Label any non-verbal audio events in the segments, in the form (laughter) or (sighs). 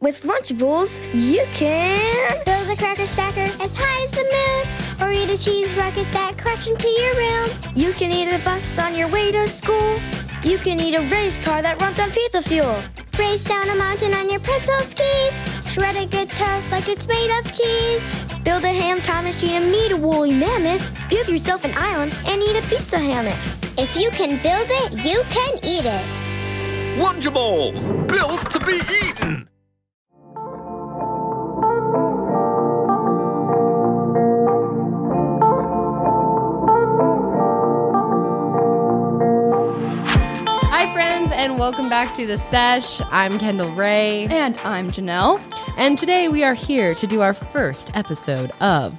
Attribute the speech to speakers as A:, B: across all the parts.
A: With Lunchables, you can.
B: Build a cracker stacker as high as the moon, or eat a cheese rocket that cracks into your room.
A: You can eat a bus on your way to school. You can eat a race car that runs on pizza fuel.
B: Race down a mountain on your pretzel skis, shred a good turf like it's made of cheese.
A: Build a ham time machine and meet a woolly mammoth. Build yourself an island and eat a pizza hammock.
B: If you can build it, you can eat it.
C: Lunchables, built to be eaten.
D: Hi, friends, and welcome back to the sesh. I'm Kendall Ray,
E: And I'm Janelle.
D: and today we are here to do our first episode of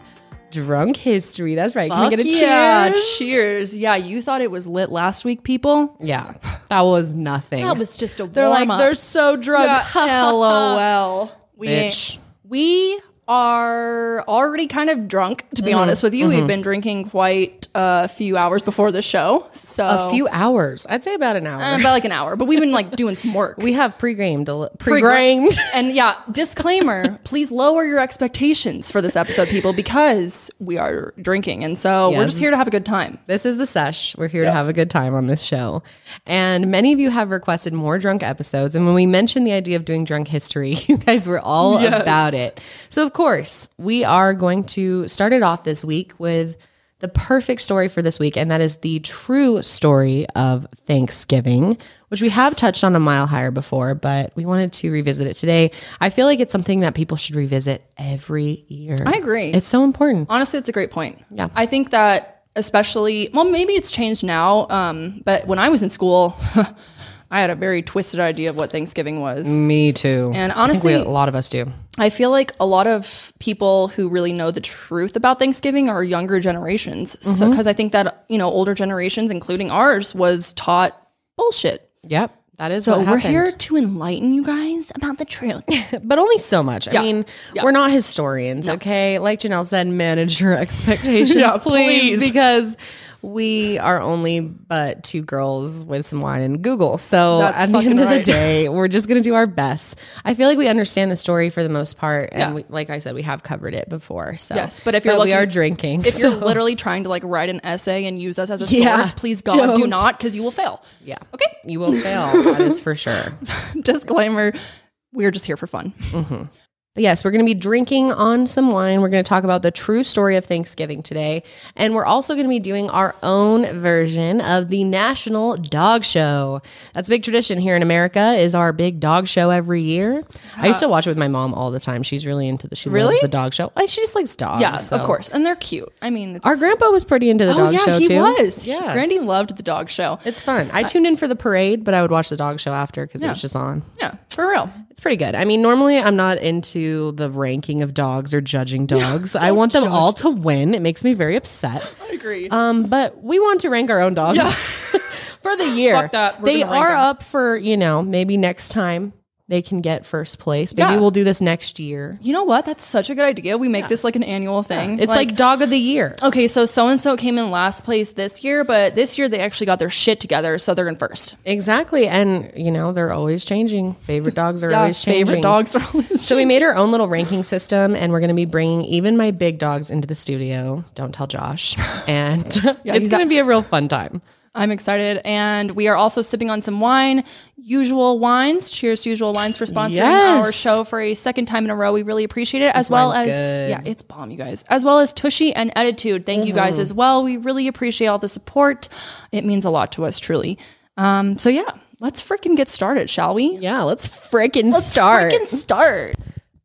D: Drunk History. That's right. Can we get a
E: yeah,
D: cheers?
E: cheers. Yeah, you thought it was lit last week, people.
D: Yeah, that was nothing.
E: That was just a
D: They're like
E: warm-up.
D: they're so drunk.
E: (laughs) LOL. We
D: Bitch.
E: we are already kind of drunk, to be honest with you. We've been drinking quite a few hours before the show, so
D: A
E: (laughs)
D: few hours. I'd say about an hour.
E: Oh. uh, about like an hour. But we've been like doing some work.
D: we have pre-gamed. a li- Pre-gamed.
E: (laughs) And yeah, (laughs) disclaimer, please lower your expectations for this episode, people, because we are drinking. And so we're just
D: Yes.
E: here to have a good time.
D: This is the sesh. We're here to have a good time on this show. And many of you have requested more drunk episodes. And when we mentioned the idea of doing drunk history, (laughs) you guys were all about it. So, of course, we are going to start it off this week with the perfect story for this week. And that is the true story of Thanksgiving, which we have touched on a mile higher before, but we wanted to revisit it today. I feel like it's something that people should revisit every year.
E: I agree.
D: It's so important.
E: Honestly, it's a great point.
D: Yeah.
E: I think that especially, well, maybe it's changed now. Um, but when I was in school, (laughs) I had a very twisted idea of what Thanksgiving was.
D: Me too.
E: And
D: I
E: honestly-
D: think we, a lot of us do.
E: I feel like a lot of people who really know the truth about Thanksgiving are younger generations. So, because I think that, you know, older generations, including ours, was taught bullshit.
D: Yep. That is
E: So
D: what
E: we're
D: happened.
E: here to enlighten you guys about the (laughs) truth.
D: but only so much. I mean, we're not historians, okay? Like Janelle said, manage
E: (laughs)
D: your (laughs) expectations,
E: Yeah,
D: please,
E: please.
D: because we are only but two girls with some wine and Google. So
E: That's
D: at the
E: fucking
D: end of the
E: right.
D: day, we're just going to do our best. I feel like we understand the story for the most part, and
E: Yeah.
D: we, like I said, we have covered it before. So
E: Yes, but if you're
D: we
E: looking-
D: are drinking,
E: If you're
D: so-
E: literally trying to like write an essay and use us as a
D: Yeah,
E: source, please God, do
D: don't.
E: not, because you will fail.
D: yeah,
E: Okay.
D: you will fail. that is for sure.
E: Disclaimer we're just here for fun.
D: But yes, we're going to be drinking on some wine. We're going to talk about the true story of Thanksgiving today. And we're also going to be doing our own version of the National Dog Show. That's a big tradition here in America is our big dog show every year. I used to watch it with my mom all the time. She's really into the she loves
E: Really?
D: the dog show. Like, She just likes dogs.
E: Yeah,
D: so.
E: of course. And they're cute. I mean, it's,
D: Our grandpa was pretty into the
E: Oh,
D: dog
E: yeah,
D: show
E: he
D: too.
E: was.
D: Yeah.
E: Grandy loved the dog show.
D: it's fun. I tuned in for the parade, but I would watch the dog show after because it was just on.
E: Yeah, for real.
D: It's pretty good. I mean, normally I'm not into the ranking of dogs or judging dogs. I want them all to win. It makes me very
E: (laughs)
D: upset.
E: Agreed.
D: Um, but we want to rank our own dogs (laughs) for the year.
E: Fuck that. We're
D: They
E: gonna rank
D: are
E: 'em.
D: up for you know maybe next time they can get first place. Maybe
E: Yeah.
D: we'll do this next year.
E: you know what? That's such a good idea. We make this like an annual thing.
D: It's like, dog of the year.
E: okay, so so and so came in last place this year, but this year they actually got their shit together, so they're in first.
D: Exactly, and you know they're always changing. Favorite dogs are always changing.
E: favorite dogs are always.
D: So we made our own little ranking system, and we're going to be bringing even my big dogs into the studio. Don't tell Josh, and (laughs) it's
E: he's
D: going to
E: out.
D: be a real fun time.
E: I'm excited, and we are also sipping on some wine. Usual wines. Cheers, to usual wines for sponsoring
D: Yes.
E: our show for a second time in a row. We really appreciate it, as well as
D: wine's good.
E: yeah, it's bomb, you guys. As well as Tushy and Attitude. Thank you guys as well. We really appreciate all the support. It means a lot to us, truly. Um, so yeah, let's freaking get started, shall we?
D: Yeah, let's frickin' start.
E: Freaking start.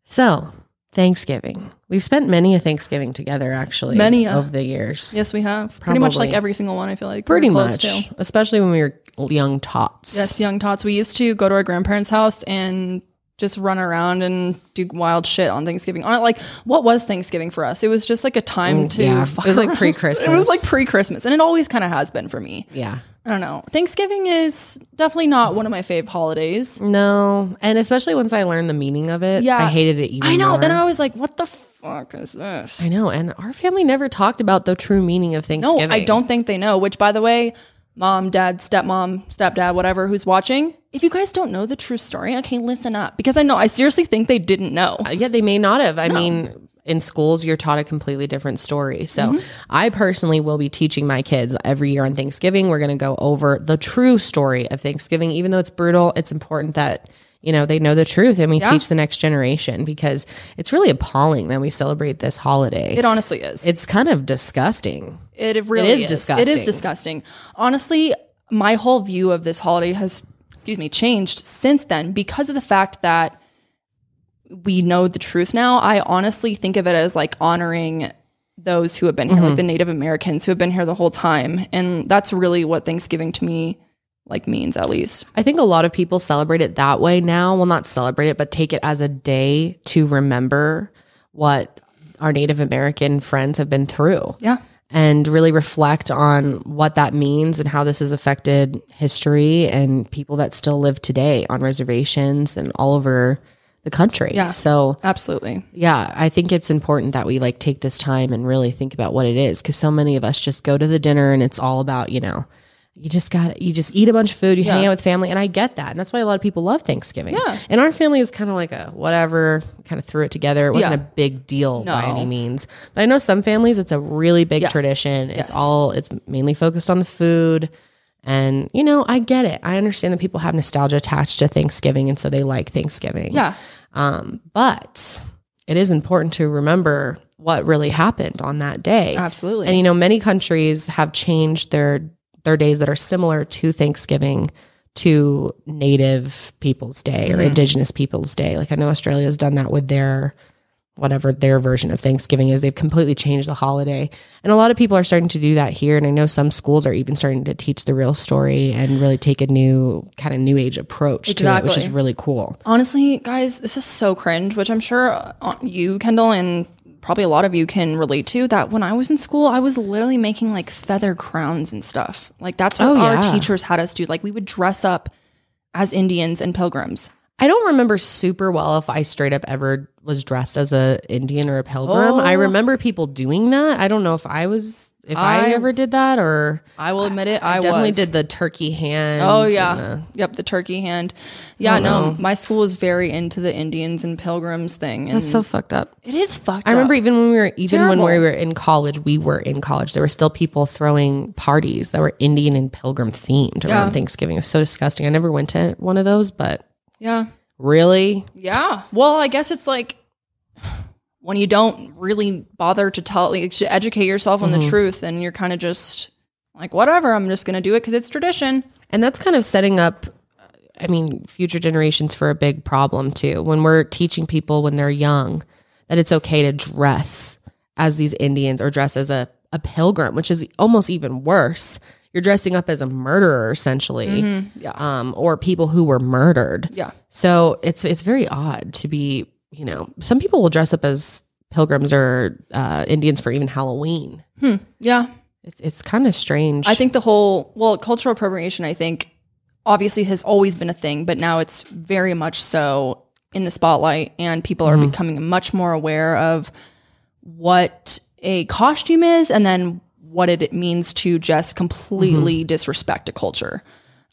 D: so Thanksgiving, we've spent many a Thanksgiving together, actually,
E: Many a-
D: of the years.
E: Yes, we have. Pretty much
D: Probably.
E: like every single one, I feel like.
D: pretty
E: we're close
D: much,
E: To.
D: especially when we were young tots.
E: Yes, young tots. We used to go to our grandparents' house and just run around and do wild shit on Thanksgiving. On like, what was Thanksgiving for us? It was just like a time to.
D: yeah,
E: (laughs) fuck
D: it was (laughs) like
E: around.
D: pre-Christmas.
E: It was like pre-Christmas, and it always kind of has been for me.
D: yeah.
E: I don't know. Thanksgiving is definitely not one of my fave holidays.
D: No, and especially once I learned the meaning of it,
E: Yeah,
D: I hated it even.
E: I know.
D: More.
E: Then I was like, what the fuck is this?
D: I know, and our family never talked about the true meaning of
E: No,
D: Thanksgiving.
E: I don't think they know. Which, by the way, mom, dad, stepmom, stepdad, whatever, who's watching, if you guys don't know the true story, okay, listen up. Because I know, I seriously think they didn't know.
D: Uh, Yeah, they may not have. I mean, in schools, you're taught a completely different story. So, I personally will be teaching my kids every year on Thanksgiving. We're going to go over the true story of Thanksgiving, even though it's brutal. It's important that you know they know the truth, and we teach the next generation because it's really appalling that we celebrate this holiday.
E: It honestly is.
D: it's kind of disgusting.
E: It really
D: is
E: is,
D: disgusting.
E: It is disgusting. Honestly, my whole view of this holiday has, excuse me, changed since then because of the fact that we know the truth now. I honestly think of it as like honoring those who have been here, like the Native Americans who have been here the whole time, and that's really what Thanksgiving to me like means, at least.
D: I think a lot of people celebrate it that way now. Well, not celebrate it, but take it as a day to remember what our Native American friends have been through.
E: Yeah.
D: and really reflect on what that means and how this has affected history and people that still live today on reservations and all over the country.
E: Yeah.
D: So,
E: Absolutely.
D: yeah, I think it's important that we like take this time and really think about what it is cuz so many of us just go to the dinner and it's all about, you know, you just got you just eat a bunch of food, you hang out with family and I get that. And that's why a lot of people love Thanksgiving. Yeah. And our family was kind of like a whatever, kind of threw it together. It wasn't
E: Yeah.
D: a big deal by any means. But I know some families it's a really big tradition. It's all it's mainly focused on the food. And you know, I get it. I understand that people have nostalgia attached to Thanksgiving and so they like Thanksgiving.
E: Yeah.
D: Um, but it is important to remember what really happened on that day.
E: Absolutely.
D: And you know, many countries have changed their their days that are similar to Thanksgiving to Native People's Day
E: Mm-hmm.
D: or Indigenous People's Day. Like I know Australia's done that with their whatever their version of Thanksgiving is. They've completely changed the holiday. And a lot of people are starting to do that here. And I know some schools are even starting to teach the real story and really take a new kind of new age approach to it, which is
E: Exactly.
D: really cool.
E: Honestly, guys, this is so cringe, which I'm sure uh, you, Kendall, and probably a lot of you can relate to. That when I was in school, I was literally making like feather crowns and stuff. Like that's what
D: Oh,
E: our
D: yeah.
E: teachers had us do. Like we would dress up as Indians and pilgrims.
D: I don't remember super well if I straight up ever was dressed as a Indian or a pilgrim.
E: Oh.
D: I remember people doing that. I don't know if I was if I,
E: I-
D: ever did that or
E: I will admit it. I,
D: definitely
E: was.
D: did the turkey hand.
E: Oh
D: and
E: yeah,
D: the-
E: yep. The turkey hand. Yeah,
D: Oh,
E: no, my school was very into the Indians and pilgrims thing. And
D: that's so fucked up.
E: it is fucked.
D: I remember
E: up.
D: even when we were even
E: Terrible.
D: when we were in college, we were in college. There were still people throwing parties that were Indian and pilgrim themed around
E: Yeah.
D: Thanksgiving. It was so disgusting. I never went to one of those, but
E: Yeah,
D: really,
E: Yeah. Well, I guess it's like when you don't really bother to tell, like, to educate yourself on the truth, and you're kind of just like, whatever, I'm just going to do it because it's tradition.
D: And that's kind of setting up, I mean, future generations for a big problem too. When we're teaching people when they're young that it's okay to dress as these Indians or dress as a, a pilgrim, which is almost even worse. You're dressing up as a murderer essentially,
E: yeah.
D: um, or people who were murdered.
E: Yeah.
D: So it's it's very odd to be, you know, some people will dress up as pilgrims or uh, Indians for even Halloween.
E: Yeah.
D: It's it's kind of strange.
E: I think the whole, well, cultural appropriation, I think, obviously has always been a thing, but now it's very much so in the spotlight, and people are becoming much more aware of what a costume is and then what it means to just completely disrespect a culture.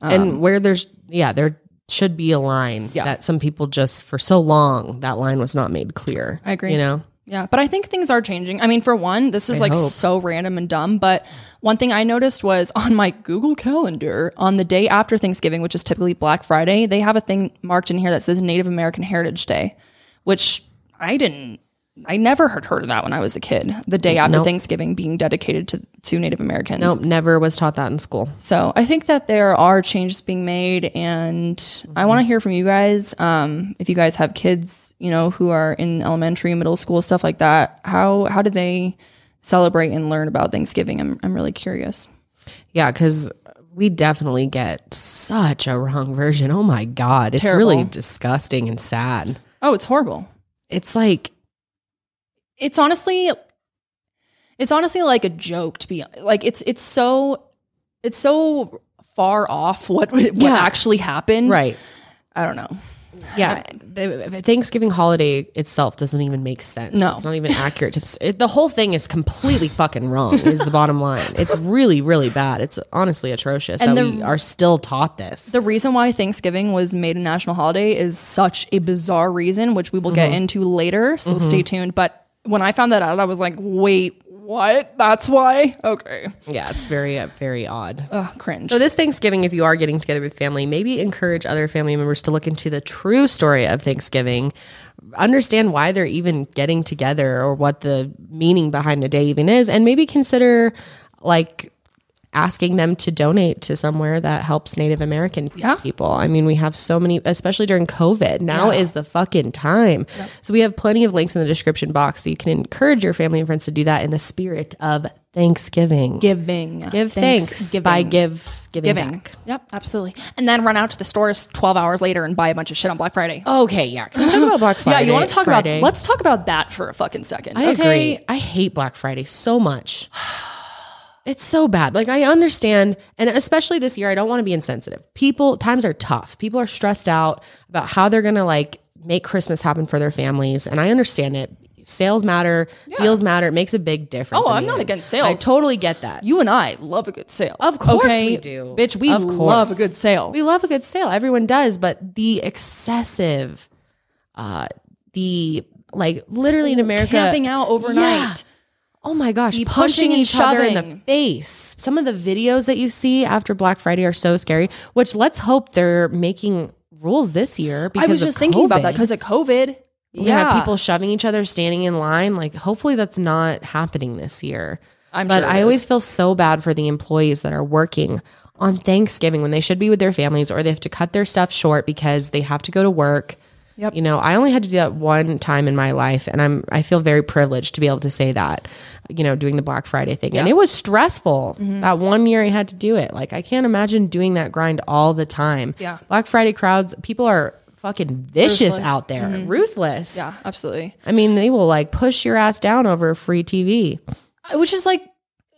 E: Um,
D: and where there's yeah there should be a line that some people just for so long that line was not made clear i
E: agree.
D: you know
E: Yeah, but I think things are changing. I mean, for one, this is like
D: hope.
E: so random and dumb, but one thing I noticed was on my Google Calendar on the day after Thanksgiving, which is typically Black Friday, they have a thing marked in here that says Native American Heritage Day, which I didn't I never had heard of that when I was a kid. The day after Thanksgiving being dedicated to to Native Americans.
D: nope never was taught that in school
E: So I think that there are changes being made, and I want to hear from you guys. Um, if you guys have kids, you know, who are in elementary, middle school, stuff like that, how how do they celebrate and learn about Thanksgiving? I'm I'm really curious.
D: yeah because we definitely get such a wrong version oh my god it's
E: Terrible.
D: really disgusting and sad
E: Oh, it's horrible.
D: it's like
E: It's honestly, it's honestly like a joke to be like it's it's so it's so far off what what
D: Yeah.
E: actually happened.
D: right
E: Mm. I don't know.
D: Yeah, the Thanksgiving holiday itself doesn't even make sense.
E: No.
D: it's not even accurate. To this. It, the whole thing is completely fucking wrong. Is the bottom line? It's really, really bad. It's honestly atrocious that
E: the-
D: we are still taught this.
E: The reason why Thanksgiving was made a national holiday is such a bizarre reason, which we will get into later. So stay tuned. But when I found that out, I was like, wait, what? That's why? Okay.
D: yeah, it's very, uh, very odd.
E: Ugh, cringe.
D: So this Thanksgiving, if you are getting together with family, maybe encourage other family members to look into the true story of Thanksgiving, understand why they're even getting together or what the meaning behind the day even is, and maybe consider like asking them to donate to somewhere that helps Native American
E: Yeah.
D: people. I mean, we have so many, especially during COVID. Now is the fucking time. So we have plenty of links in the description box so you can encourage your family and friends to do that in the spirit of Thanksgiving.
E: giving.
D: Give thanks by give giving,
E: giving.
D: back.
E: Yep, absolutely. And then run out to the stores 12 hours later and buy a bunch of shit on Black Friday.
D: Okay, yeah. Can we talk about Black Friday?
E: Oh, yeah, you want to talk
D: Friday?
E: about Let's talk about that for a fucking second.
D: I
E: okay.
D: agree. I hate Black Friday so much. (sighs) It's so bad. Like I understand, and especially this year, I don't want to be insensitive. People, times are tough. People are stressed out about how they're gonna like make Christmas happen for their families, and I understand it. Sales matter, deals matter. It makes a big difference.
E: Oh,
D: in
E: I'm
D: the
E: not
D: end.
E: against sales.
D: I totally get that.
E: You and I love a good sale.
D: Of course
E: okay?
D: we do.
E: Bitch, we
D: Of
E: love a
D: course.
E: good sale.
D: We love a good sale. Everyone does, but the excessive, uh, the like literally in America,
E: Camping out overnight.
D: Yeah. Oh my gosh,
E: The
D: pushing,
E: pushing and
D: each other in the
E: shoving.
D: face. Some of the videos that you see after Black Friday are so scary. Which let's hope they're making rules this year.
E: I
D: Because
E: was
D: of
E: just thinking about
D: COVID.
E: that because of COVID.
D: We're gonna have people shoving each other, standing in line. Like, hopefully, that's not happening this year.
E: I'm
D: but
E: sure it
D: I
E: is.
D: always feel so bad for the employees that are working on Thanksgiving when they should be with their families, or they have to cut their stuff short because they have to go to work.
E: Yep.
D: You know, I only had to do that one time in my life, and I'm I feel very privileged to be able to say that. You know, doing the Black Friday thing, and it was stressful.
E: Mm-hmm.
D: That one year I had to do it. Like, I can't imagine doing that grind all the time.
E: Yeah.
D: Black Friday crowds, people are fucking vicious out there, ruthless.
E: Mm-hmm. Yeah, absolutely.
D: I mean, they will like push your ass down over free TV.
E: I- Uh, Which is like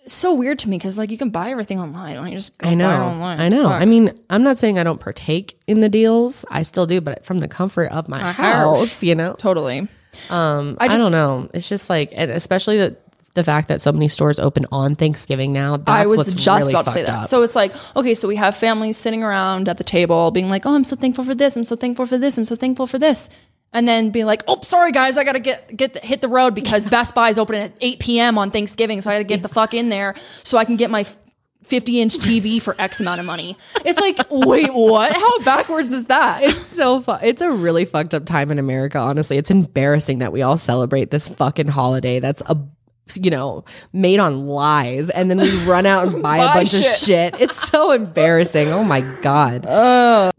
E: so weird to me because like you can buy everything online. Why don't you just go
D: I know.
E: buy it online?
D: I know.
E: Fuck.
D: I mean, I'm not saying I don't partake in the deals. I still do, but from the comfort of my, house, you know.
E: totally.
D: Um, I,
E: just-
D: don't know. It's just like, and especially the the fact that so many stores open on Thanksgiving now. That's
E: I was
D: what's
E: just
D: really
E: about to say
D: fucked
E: that.
D: up.
E: So it's like, okay, so we have families sitting around at the table being like, oh, I'm so thankful for this. I'm so thankful for this. I'm so thankful for this. And then being like, oh, sorry guys, I gotta get get the, hit the road because Best Buy's open at 8 p.m. on Thanksgiving, so I gotta get the fuck in there so I can get my 50 inch TV for X amount of money. It's
D: (laughs)
E: like, wait, what? How backwards is that?
D: It's so fu- it's a really fucked up time in America. Honestly, it's embarrassing that we all celebrate this fucking holiday that's a you know made on lies, and then we run out
E: (laughs)
D: and buy, a
E: Buy
D: bunch of
E: shit.
D: shit. It's
E: (laughs)
D: so embarrassing. Oh my god.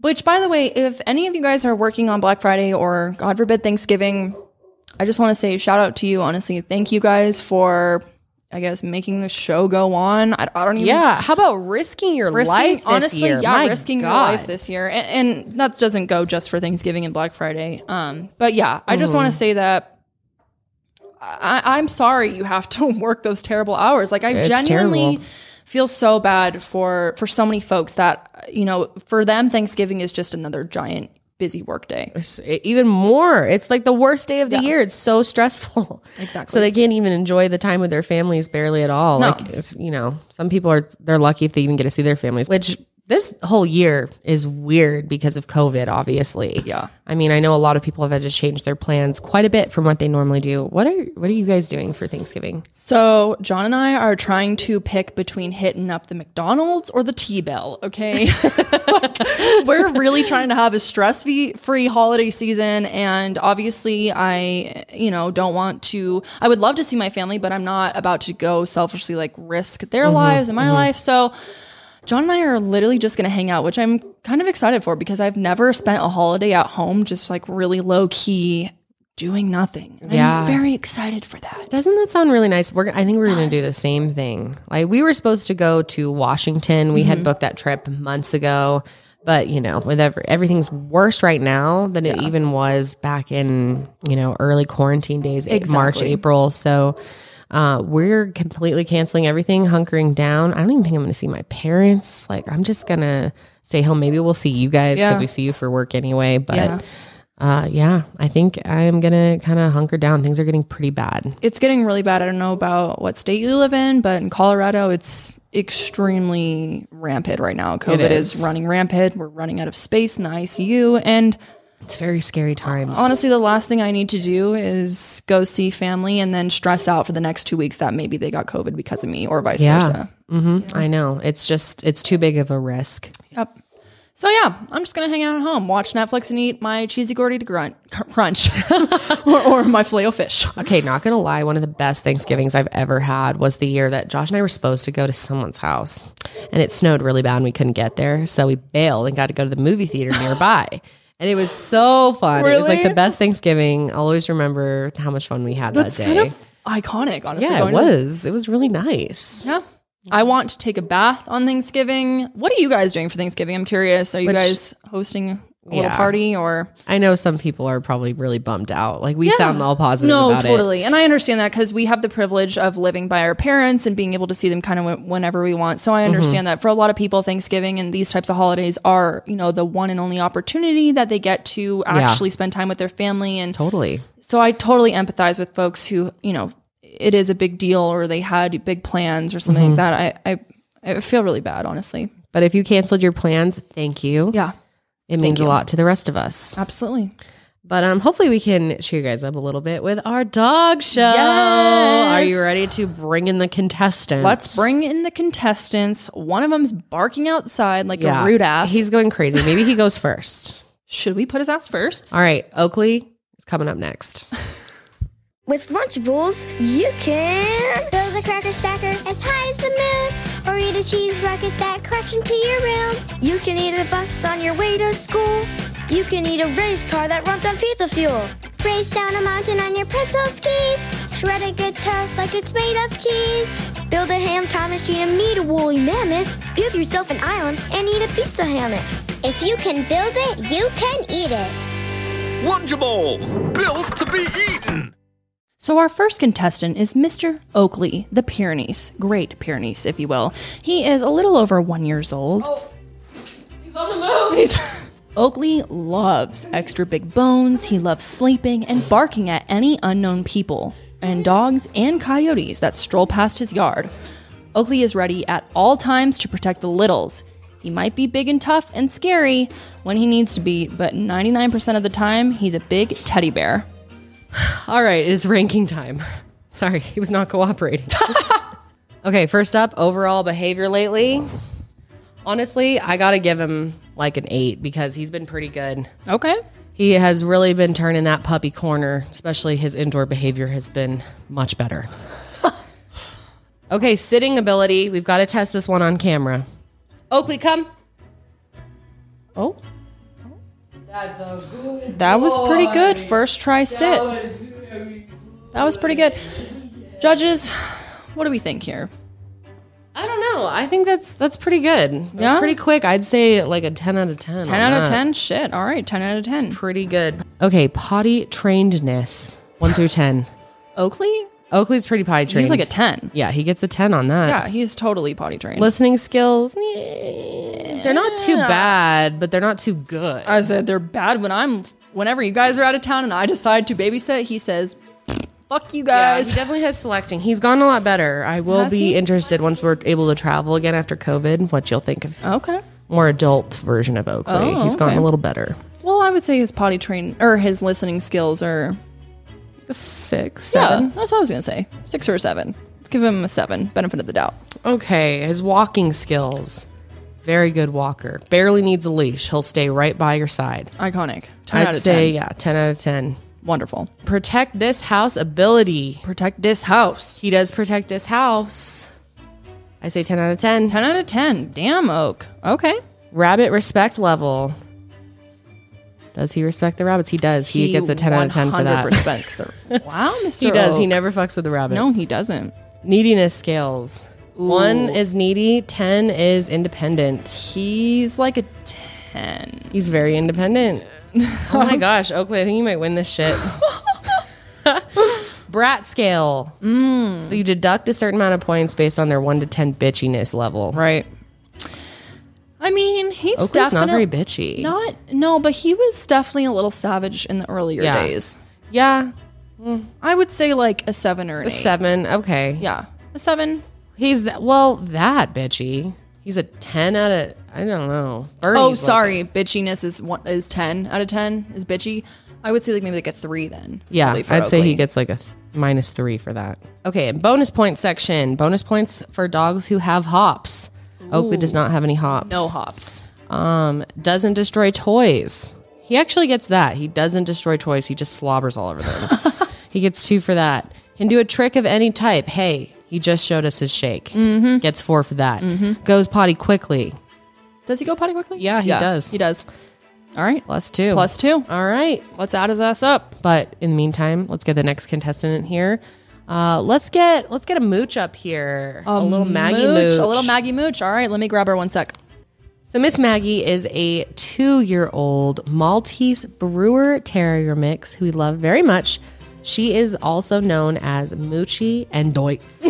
E: Which, by the way, if any of you guys are working on Black Friday or God forbid Thanksgiving, I just want to say shout out to you. Honestly, thank you guys for, I guess, making the show go on. I, I don't even.
D: yeah. How about risking your
E: Mm-hmm. Risking,
D: life? This
E: honestly,
D: year?
E: yeah,
D: My
E: risking
D: God.
E: your life this year, and, and that doesn't go just for Thanksgiving and Black Friday. Um, but yeah, I just
D: Mm.
E: want to say that I, I'm sorry you have to (laughs) work those terrible hours. Like I genuinely
D: terrible.
E: feel so bad for for so many folks that you know for them Thanksgiving is just another giant busy work day.
D: It's even more. It's like the worst day of the year. It's so stressful.
E: Exactly.
D: So they can't even enjoy the time with their families barely at all. Like it's you know, some people are they're lucky if they even get to see their families. Which this whole year is weird because of COVID, obviously.
E: Yeah.
D: I mean, I know a lot of people have had to change their plans quite a bit from what they normally do. What are what are you guys doing for Thanksgiving?
E: So John and I are trying to pick between hitting up the McDonald's or the T-Bell. Okay, Like, we're really trying to have a stress-free holiday season, and obviously, I you know don't want to. I would love to see my family, but I'm not about to go selfishly like risk their lives and my life. So. John and I are literally just going to hang out, which I'm kind of excited for because I've never spent a holiday at home just like really low key doing nothing. And
D: Yeah.
E: I'm very excited for that.
D: Doesn't that sound really nice? We're I think we're going to do the same thing. Like we were supposed to go to Washington. We
E: Mm-hmm.
D: had booked that trip months ago, but you know, with every, everything's worse right now than it even was back in you know early quarantine days, eight- March,
E: Exactly.
D: April. So. Uh, we're completely canceling everything, hunkering down. I don't even think I'm going to see my parents. Like, I'm just going to stay home. Maybe we'll see you guys because
E: Yeah.
D: we see you for work anyway. But uh, yeah, I think I'm gonna kind of hunker down. Things are getting pretty bad.
E: It's getting really bad. I don't know about what state you live in, but in Colorado, it's extremely rampant right now. COVID is.
D: is.
E: running rampant. We're running out of space in the ICU. And
D: It's very scary times.
E: honestly, the last thing I need to do is go see family and then stress out for the next two weeks that maybe they got COVID because of me or vice
D: yeah,
E: versa.
D: hmm I know. It's just it's too big of a risk.
E: Yep. So yeah, I'm just gonna hang out at home, watch Netflix, and eat my cheesy gordita to grunt, cr- crunch, (laughs) or, or my filet fish.
D: Okay, not gonna lie, one of the best Thanksgivings I've ever had was the year that Josh and I were supposed to go to someone's house and it snowed really bad and we couldn't get there. So we bailed and got to go to the movie theater
E: (laughs)
D: nearby. And it was so fun. It was like the
E: Really?
D: best Thanksgiving. I'll always remember how much fun we had
E: That's
D: that day.
E: kind of iconic, honestly.
D: yeah, it
E: going to the-
D: was. It was really nice.
E: yeah. I want to take a bath on Thanksgiving. What are you guys doing for Thanksgiving? I'm curious. Are you guys hosting a little
D: Yeah.
E: party or
D: I know some people are probably really bummed out. Like we sound all positive
E: No,
D: about it.
E: totally. And I understand that because we have the privilege of living by our parents and being able to see them kind of wh- whenever we want. So I
D: Mm-hmm.
E: understand that for a lot of people, Thanksgiving and these types of holidays are, you know, the one and only opportunity that they get to actually spend time with their family. And
D: Totally.
E: so I totally empathize with folks who, you know, it is a big deal or they had big plans or something like
D: Mm-hmm.
E: that. I, I, I feel really bad, honestly.
D: But if you canceled your plans, thank you.
E: Yeah,
D: it means a lot to the rest of us.
E: absolutely.
D: But um, hopefully we can cheer you guys up a little bit with our dog show. Are you
E: Yes.
D: ready to bring in the contestants?
E: Let's bring in the contestants. One of them's barking outside like
D: Yeah.
E: a rude ass.
D: He's going crazy. Maybe he goes first.
E: Should we put his ass first?
D: All right, Oakley is coming up next.
A: With Lunchables, you can.
B: Build a cracker stacker as high as the moon, or eat a cheese rocket that cracks into your room.
A: You can eat a bus on your way to school. You can eat a race car that runs on pizza fuel.
B: Race down a mountain on your pretzel skis, shred a good turf like it's made of cheese.
A: Build a ham time machine and meet a woolly mammoth. Build yourself an island and eat a pizza hammock.
B: If you can build it, you can eat it.
C: Lunchables, built to be eaten.
E: So, our first contestant is Mr. Oakley, the Pyrenees, Great Pyrenees, if you will. He is a little over one years old. Oh, he's (laughs) on the move. Oakley loves extra big bones. He loves sleeping and barking at any unknown people and dogs and coyotes that stroll past his yard. Oakley is ready at all times to protect the littles. He might be big and tough and scary when he needs to be, but 99% of the time, he's a big teddy bear.
D: (laughs) All right, it is ranking time. (laughs) Sorry, he was not cooperating. (laughs) okay, first up, overall behavior lately. Honestly, I got to give him like an eight because he's been pretty good.
E: Okay.
D: He has really been turning that puppy corner, especially his indoor behavior has been much better. okay, sitting ability. We've got to test this one on camera. Oakley, come.
E: Oh. That was pretty good. First try sit. That was pretty good. Judges, what do we think here?
D: I don't know. I think that's that's pretty good. That's
E: Yeah?
D: pretty quick. I'd say like a 10 out of 10.
E: 10 out of 10? Shit. All right, 10 out of 10.
D: Pretty good. Okay, potty trainedness. 1 through 10.
E: Oakley?
D: Oakley's pretty potty trained.
E: He's like a 10.
D: Yeah, he gets a 10 on that.
E: Yeah, he is totally potty trained.
D: Listening skills. They're not too bad, but they're not too good.
E: I said they're bad when I'm whenever you guys are out of town and I decide to babysit, he says, "Fuck you
D: Yeah, Uh, he
E: guys."
D: definitely has selecting. He's gone a lot better. I will
E: Has
D: be
E: he?
D: interested once we're able to travel again after COVID. What you'll think of
E: okay.
D: more adult version of Oakley.
E: Oh,
D: He's gotten
E: okay.
D: a little better.
E: Well, I would say his potty train or his listening skills are
D: Six,
E: yeah,
D: seven.
E: that's what I was going to say. 6 or a 7. Let's give him a 7, benefit of the doubt.
D: Okay, his walking skills. Very good walker. Barely needs a leash. He'll stay right by your side.
E: Iconic. 10
D: I'd
E: out of
D: say
E: 10.
D: yeah, ten out of ten.
E: Wonderful.
D: Protect this house ability.
E: Protect this house.
D: He does protect this house. I say ten out of ten.
E: 10 out of 10. Damn, Oak. Okay.
D: Rabbit respect level. Does he respect the rabbits? He does. He, gets a 10 out of 10 for that.
E: 100% respects the- wow,
D: (laughs)
E: Mr.
D: He does. He
E: Oak.
D: never fucks with the rabbits.
E: No, he doesn't.
D: Neediness scales. One is needy, 10 is independent.
E: He's like a 10.
D: He's very independent. Oh
E: (laughs)
D: my gosh, Oakley, I think you might win this shit. Brat scale.
E: Mm.
D: So you deduct a certain amount of points based on their 1 to 10 bitchiness level.
E: Right. I mean, He's
D: Oakley's not
E: definitely
D: very bitchy.
E: Not no, but he was definitely a little savage in the earlier
D: Yeah.
E: days.
D: Yeah,
E: I would say like a seven or an
D: a
E: eight.
D: seven. Okay.
E: Yeah, a seven.
D: He's that. Well, that bitchy. He's a ten out of. I don't know. Bernie's
E: oh,
D: like-
E: sorry, bitchiness is one is ten out of ten is bitchy. I would say like maybe like a three then.
D: yeah,
E: probably
D: I'd
E: for
D: say he
E: Oakley.
D: gets like a th- minus three for that. Okay. And bonus point section. Bonus points for dogs who have hops. Oakley does not have any hops.
E: no hops.
D: Um, doesn't destroy toys. He actually gets that. He doesn't destroy toys. He just slobbers all over
E: (laughs)
D: them. he gets two for that. Can do a trick of any type. Hey, he just showed us his shake. Mm-hmm. Gets four for that.
E: Mm-hmm.
D: Goes potty quickly.
E: Does he go potty quickly?
D: Yeah, he does.
E: He does. All right,
D: Plus two.
E: plus two.
D: All right.
E: Let's add his ass up.
D: But in the meantime, let's get the next contestant in here. Uh, let's get let's get a mooch up here. A, little Maggie mooch.
E: A little Maggie Mooch. All right, let me grab her one sec.
D: So Miss Maggie is a two-year-old Maltese Brewer Terrier mix who we love very much. She is also known as Moochie and
E: (laughs)
D: Deutz.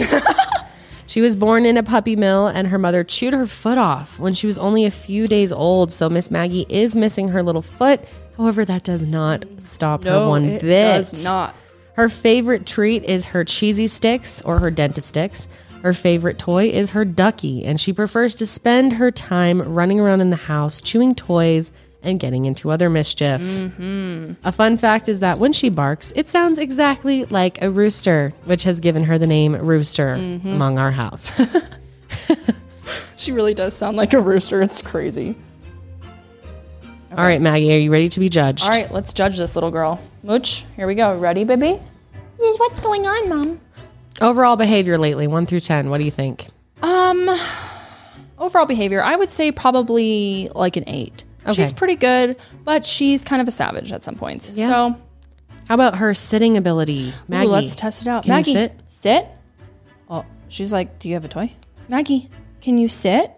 D: she was born in a puppy mill, and her mother chewed her foot off when she was only a few days old. So Miss Maggie is missing her little foot. However, that does not stop her one
E: it
D: bit.
E: does not.
D: Her favorite treat is her cheesy sticks or her dentist sticks. Her favorite toy is her ducky, and she prefers to spend her time running around in the house, chewing toys, and getting into other mischief.
E: Mm-hmm.
D: A fun fact is that when she barks, it sounds exactly like a rooster, which has given her the name Rooster
E: Mm-hmm.
D: among our
E: (laughs)
D: house.
E: She really does sound like a rooster. It's crazy.
D: All right, Maggie, are you ready to be judged?
E: All right, let's judge this little girl. Mooch, here we go. Ready, baby?
B: Yes, what's going on, Mom?
D: Overall behavior lately, one through 10, what do you think?
E: Um, overall behavior, I would say probably like an eight. She's pretty good, but she's kind of a savage at some points. So ooh,
D: How about her sitting ability, Maggie?
E: let's test it out.
D: Can you
E: Maggie,
D: sit?
E: sit. Oh, she's like, do you have a toy? Maggie, can you sit?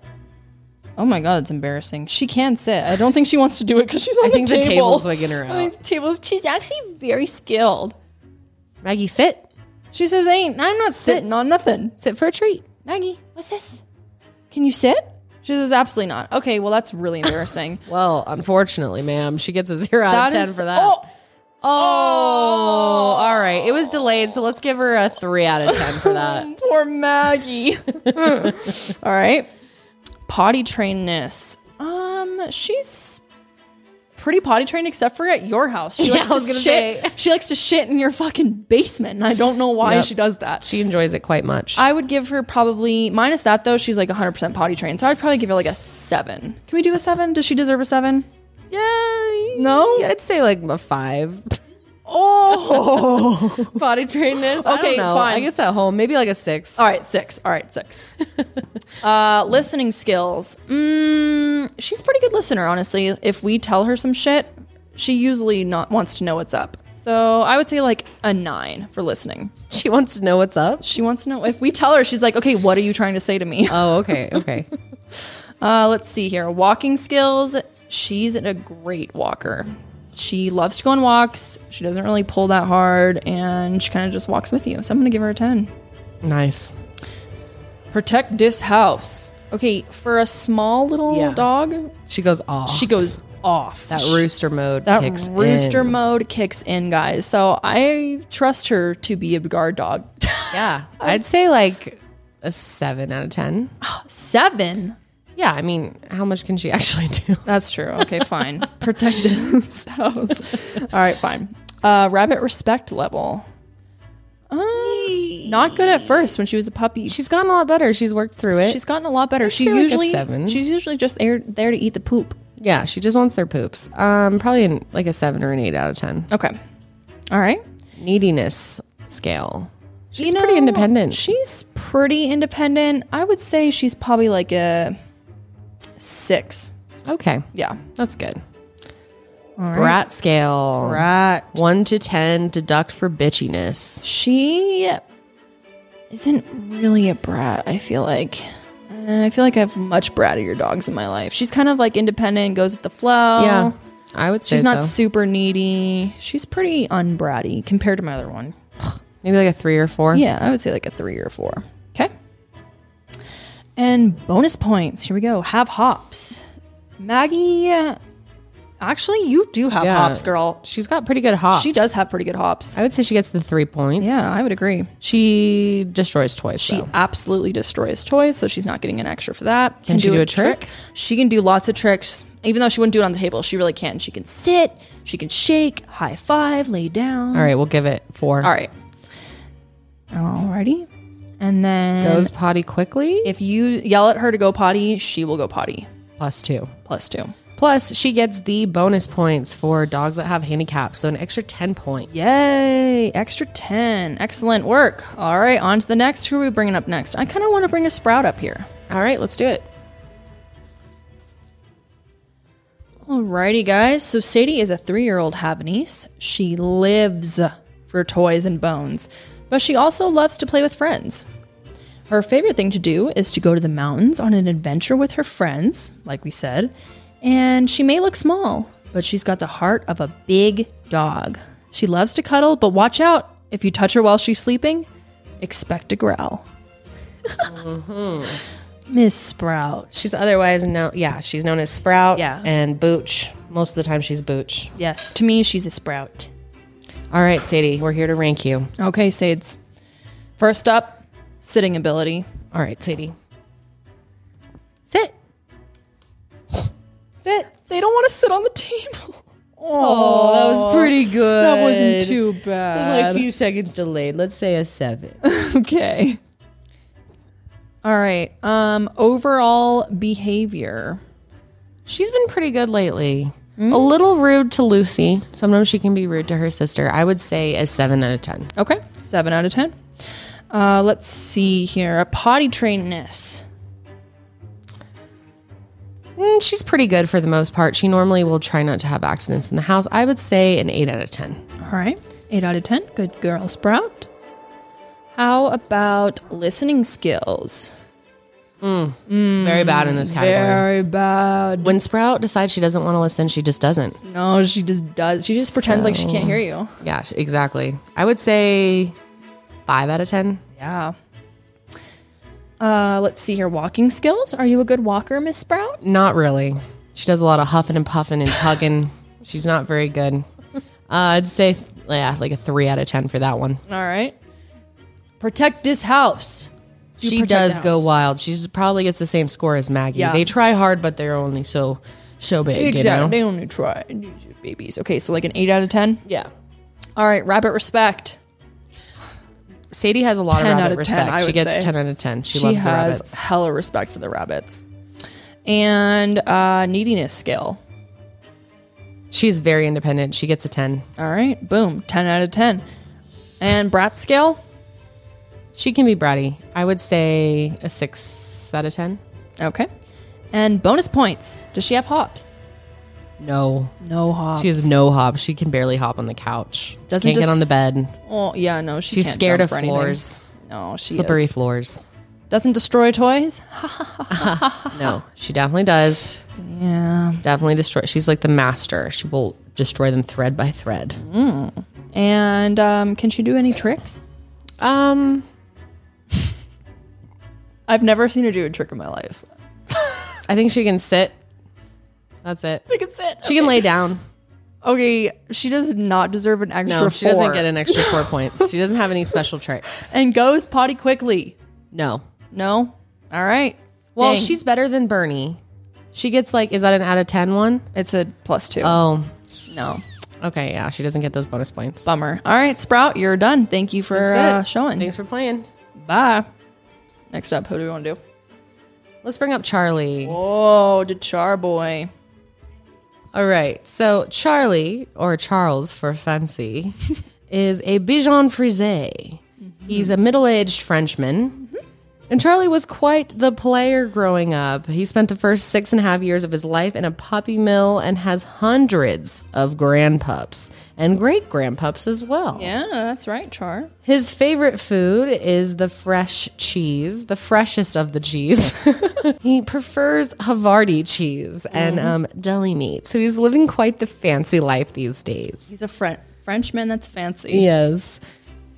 E: Oh my god, it's embarrassing. She can sit. I don't think she wants to do it because she's on
D: I think the
E: table.
D: table's wigging her
E: I think the table's. She's actually very skilled.
D: Maggie, sit.
E: She says, "Ain't I'm not sitting on nothing."
D: Sit for a treat.
E: Maggie, what's this? Can you sit? She says, absolutely not. Okay, well, that's really
D: (laughs)
E: embarrassing.
D: Well, unfortunately, ma'am, she gets a zero out
E: That
D: of ten
E: is-
D: for that.
E: Oh,
D: Oh, all right. It was delayed, so let's give her a three out of ten for
E: (laughs)
D: that.
E: poor
D: (laughs)
E: Maggie. (laughs) All right. Potty trainedness. Um, she's pretty potty trained except for at your house.
D: (laughs)
E: She
D: Yeah,
E: likes
D: I was
E: to
D: gonna
E: shit.
D: say.
E: She likes to shit in your fucking basement, and I don't know why
D: Yep.
E: she does that.
D: she enjoys it quite much.
E: I would give her probably minus that though. She's like 100% potty trained, so I'd probably give her like a seven. Can we do a seven? Does she deserve a seven?
D: yeah,
E: No.
D: I'd say like a five.
E: Oh.
D: (laughs) Body trainness. Okay, I
E: Okay,
D: don't know.
E: fine. Oh.
D: I guess at home, maybe like a six.
E: All right, six. All right, six. (laughs) uh, listening skills. Mm, she's a pretty good listener, honestly. If we tell her some shit, she usually not wants to know what's up. So I would say like a nine for listening.
D: She wants to know what's up.
E: She wants to know if we tell her, she's like, okay, what are you trying to say to me? (laughs)
D: Oh, okay, okay.
E: Uh, let's see here. Walking skills. She's a great walker. She loves to go on walks. She doesn't really pull that hard, and she kind of just walks with you. So I'm gonna give her a ten.
D: nice.
E: protect this house. Okay, for a small little
D: Yeah.
E: dog,
D: She goes off.
E: she goes off.
D: that
E: She-
D: rooster mode.
E: that
D: kicks
E: rooster
D: in.
E: mode kicks in, guys. So I trust her to be a guard dog. (laughs)
D: Yeah, I'd say like a seven out of ten.
E: Seven.
D: Yeah, I mean, how much can she (laughs) actually do?
E: That's true.
D: (laughs)
E: Okay, fine. protect this house. All right, fine. Uh, rabbit respect level. Uh, not good at first when she was a puppy.
D: She's gotten a lot better. She's worked through it.
E: She's gotten a lot better. She
D: say like a
E: usually
D: seven.
E: she's usually just there there to eat the poop.
D: Yeah, she just wants their poops. Um, probably an, like a seven or an eight out of ten.
E: Okay. All right.
D: Neediness scale.
E: You
D: She's pretty
E: know,
D: independent.
E: She's pretty independent. I would say she's probably like a six.
D: okay,
E: Yeah.
D: that's good. Brat scale.
E: Right.
D: One to ten, deduct for bitchiness.
E: She isn't really a brat, I feel like. Uh, I feel like I have much brattier dogs in my life. She's kind of like independent, goes with the flow.
D: Yeah, I would say
E: She's not
D: so.
E: super needy. She's pretty unbratty compared to my other one.
D: Maybe like a three or four.
E: Yeah, I would say like a three or four. Okay. And bonus points. Here we go. Have hops. Maggie, actually, you do have
D: Yeah.
E: hops, girl.
D: She's got pretty good hops.
E: She does have pretty good hops.
D: I would say she gets the three points.
E: Yeah, I would agree.
D: She destroys toys.
E: She
D: though.
E: absolutely destroys toys, so she's not getting an extra for that. Can,
D: she do a trick?
E: She can do lots of tricks, even though she wouldn't do it on the table. She really can. She can sit, she can shake, high five, lay down.
D: All right, we'll give it four.
E: All right. Alrighty. And then
D: Goes potty quickly.
E: if you yell at her to go potty, she will go potty.
D: Plus two.
E: Plus two.
D: Plus, she gets the bonus points for dogs that have handicaps, so an extra ten points.
E: Yay! Extra 10. Excellent work. All right, on to the next. Who are we bringing up next? I kind of want to bring a sprout up here.
D: All right, let's do it.
E: Alrighty, guys. So Sadie is a three-year-old Havanese. She lives for toys and bones, but she also loves to play with friends. Her favorite thing to do is to go to the mountains on an adventure with her friends, like we said. And she may look small, but she's got the heart of a big dog. She loves to cuddle, but watch out if you touch her while she's sleeping. Expect a growl. Miss Sprout.
D: She's otherwise known. Yeah, she's known as Sprout.
E: Yeah.
D: and Booch. Most of the time, she's Booch.
E: Yes, to me, she's a sprout.
D: All right, Sadie, we're here to rank you.
E: Okay, Sades. First up, sitting ability.
D: All right, Sadie. Sit. Sit.
E: They don't want to sit on the (laughs) table.
D: Oh, that was pretty good.
E: That wasn't too
D: It was like
E: bad.
D: a few seconds delayed. Let's say a seven.
E: (laughs) okay. All right. Um overall behavior.
D: (laughs) She's been pretty good lately. A little rude to Lucy. Sometimes she can be rude to her sister. I would say a seven out of ten.
E: Okay. 7 out of 10. Uh let's see here. A potty trainedness.
D: Mm, she's pretty good for the most part. She normally will try not to have accidents in the house. I would say an eight out of ten.
E: All right. 8 out of 10. Good girl, Sprout. How about listening skills?
D: Very bad in this category.
E: Very bad.
D: When Sprout decides she doesn't want to listen, she just doesn't.
E: No, she just does. She just pretends like she can't hear you.
D: Yeah, sh- exactly. I would say five out of ten.
E: Yeah. Uh, let's see here. Walking skills. Are you a good walker, Miss Sprout?
D: Not really. She does a lot of huffing and puffing and
E: (laughs)
D: tugging. She's not very good. Uh, I'd say th- yeah, like a three out of ten for that one.
E: All right. Protect this house. You
D: she
E: protect
D: does
E: the
D: go
E: house.
D: wild. She's probably gets the same score as Maggie.
E: Yeah.
D: They try hard, but they're only so so big.
E: Exactly.
D: You know?
E: They only try. These are Babies. Okay, so like an eight out of ten.
D: Yeah.
E: All right. Rabbit respect.
D: Sadie has a lot
E: 10
D: of
E: out
D: rabbit
E: of 10,
D: respect.
E: I
D: she
E: would
D: gets
E: say.
D: ten out of ten. She,
E: She
D: loves the
E: has
D: rabbits.
E: hella respect for the rabbits. And uh, neediness scale.
D: She's very independent. She gets a ten.
E: All right. Boom. Ten out of ten. And brat scale.
D: She can be bratty. I would say a six out of ten.
E: Okay. And bonus points. Does she have hops?
D: No,
E: No hops.
D: she has no hop. She can barely hop on the couch.
E: Doesn't
D: Can't get on the
E: dis-
D: bed.
E: Oh yeah, no, she
D: She's
E: can't
D: scared
E: jump
D: of
E: for anything.
D: floors.
E: No, she
D: Slippery
E: is.
D: floors.
E: doesn't destroy toys. (laughs)
D: No, she definitely does.
E: Yeah,
D: Definitely destroy. She's like the master. She will destroy them thread by thread.
E: and um, can she do any tricks?
D: Um,
E: I've never seen her do a trick in my life.
D: I think she can sit. That's it.
E: She can sit.
D: She can lay down.
E: Okay, she does not deserve an extra.
D: No, she
E: does
D: does doesn't get an extra four points. She doesn't have any special tricks.
E: And goes potty quickly.
D: No.
E: No. All right.
D: Well,
E: Dang.
D: she's better than Bernie. She gets like, is that an out of 10 one?
E: it's a plus two.
D: Oh,
E: no,
D: okay. Yeah, she doesn't get those bonus points.
E: bummer. All right, Sprout, you're done. Thank you for
D: That's
E: uh,
D: it.
E: showing.
D: Thanks for playing.
E: Bye. Next up, who do we want to do?
D: Let's bring up Charlie.
E: Oh, to Char Boy.
D: All right. So, Charlie, or Charles for fancy, (laughs) is a Bichon Frise. He's a middle aged Frenchman. And Charlie was quite the player growing up. He spent the first six and a half years of his life in a puppy mill and has hundreds of grandpups and great grandpups as well.
E: Yeah, that's right, Char.
D: His favorite food is the fresh cheese, the freshest of the cheese. (laughs) he prefers Havarti cheese and um, deli meat. So he's living quite the fancy life these days.
E: He's a French Frenchman that's fancy.
D: Yes.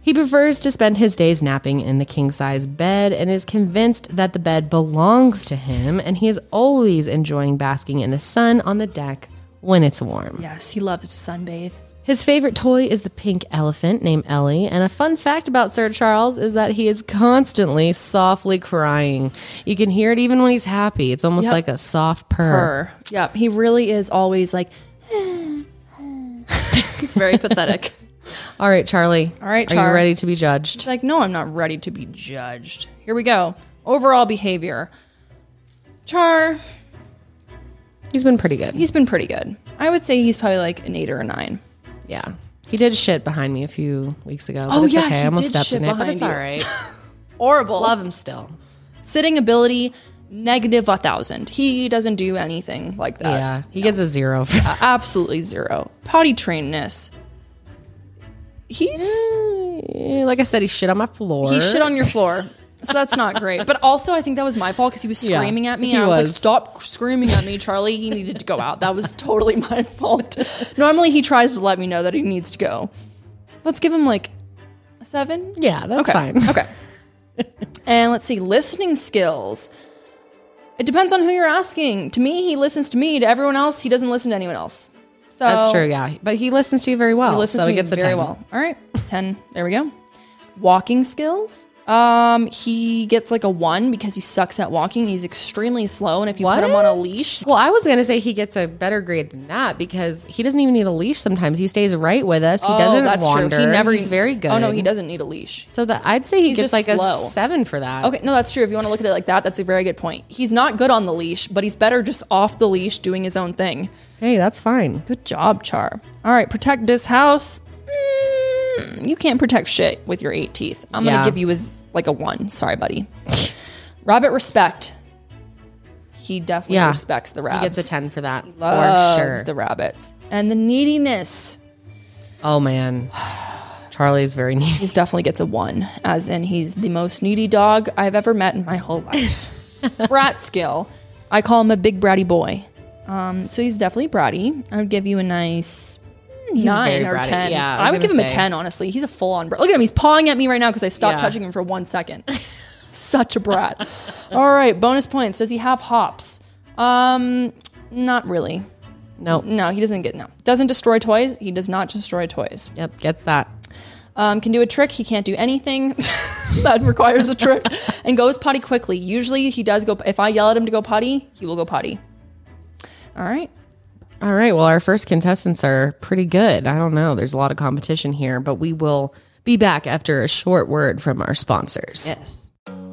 D: He prefers to spend his days napping in the king size bed and is convinced that the bed belongs to him, and he is always enjoying basking in the sun on the deck when it's warm.
E: Yes, he loves to sunbathe.
D: His favorite toy is the pink elephant named Ellie, and a fun fact about Sir Charles is that he is constantly softly crying. You can hear it even when he's happy. It's almost like a soft purr.
E: Her. Yeah, he really is always like. (laughs) He's very (laughs) pathetic.
D: All right, Charlie.
E: All right,
D: Are
E: Char.
D: you ready to be judged?
E: Like, no, I'm not ready to be judged. Here we go. Overall behavior. Char,
D: He's been pretty good.
E: he's been pretty good. I would say he's probably like an eight or a nine.
D: Yeah. He did shit behind me a few weeks ago. But
E: Oh,
D: it's
E: yeah,
D: okay. I
E: he
D: almost
E: did
D: stepped
E: shit
D: in it, but
E: behind
D: it's
E: you.
D: all right.
E: (laughs) Horrible.
D: Love him still.
E: Sitting ability, negative a thousand. He doesn't do anything like that.
D: yeah. He gets a
E: (laughs)
D: zero. (laughs) For
E: Absolutely zero. Potty trainedness. He's
D: like I said, he shit on my floor.
E: he shit on your floor. So that's not great. But also I think that was my fault because he was
D: Yeah,
E: screaming at me.
D: he
E: and I was,
D: was.
E: like, stop screaming at me, Charlie. He needed to go out. That
D: (laughs)
E: was totally my fault. Normally he tries to let me know that he needs to go. Let's give him like a seven.
D: Yeah, that's
E: okay.
D: fine. (laughs)
E: Okay. and let's see, listening skills. It depends on who you're asking. To me, he listens to me. To everyone else, he doesn't listen to anyone else. So
D: That's true, yeah. But he listens to you very well.
E: He listens
D: Oh, so
E: to
D: he
E: me
D: gets a
E: very
D: 10.
E: well. All right, ten. There we go. Walking skills. Um, he gets like a one because he sucks at walking. He's extremely slow, and if you put him on a leash,
D: Well, I was going to say he gets a better grade than that because he doesn't even need a leash sometimes. He stays right with us. He
E: oh,
D: doesn't
E: that's
D: wander.
E: true. He never.
D: He's very good.
E: Oh no, he doesn't need a leash.
D: So that I'd say he
E: He's
D: gets
E: just
D: like a
E: slow.
D: 7 for that.
E: Okay, no, that's true. If you want to look at it like that, that's a very good point. He's not good on the leash, but he's better just off the leash doing his own thing.
D: Hey, that's fine.
E: Good job, Char. All right, protect this house. Mm, you can't protect shit with your eight teeth. I'm
D: Yeah.
E: gonna give you as like a one. Sorry, buddy. rabbit respect. He definitely
D: Yeah.
E: respects the
D: He
E: rabbits.
D: gets a 10 for that.
E: Loves
D: for sure.
E: (sighs) the rabbits and the neediness.
D: oh man. Charlie's very neat.
E: (sighs) He definitely gets a one, as in he's the most needy dog I've ever met in
D: (laughs)
E: my whole life. Brat skill. I call him a big bratty boy. Um, so he's definitely bratty. I would give you a nice nine
D: very
E: or
D: bratty.
E: ten.
D: Yeah, I was
E: I, would
D: gonna
E: give him a
D: say.
E: ten. Honestly, he's a full on brat. Look at him. He's pawing at me right now because I stopped
D: Yeah.
E: touching him for one second.
D: (laughs)
E: Such a brat. All right. Bonus points. Does he have hops? Um, not really.
D: Nope.
E: No, he doesn't get no. Doesn't destroy toys. He does not destroy toys.
D: Yep, gets that.
E: Um, can do a trick. He can't do anything (laughs) that requires a trick. and goes potty quickly. Usually he does go. If I yell at him to go potty, he will go potty. All right.
D: All right. Well, our first contestants are pretty good. I don't know. There's a lot of competition here, but we will be back after a short word from our sponsors.
E: Yes.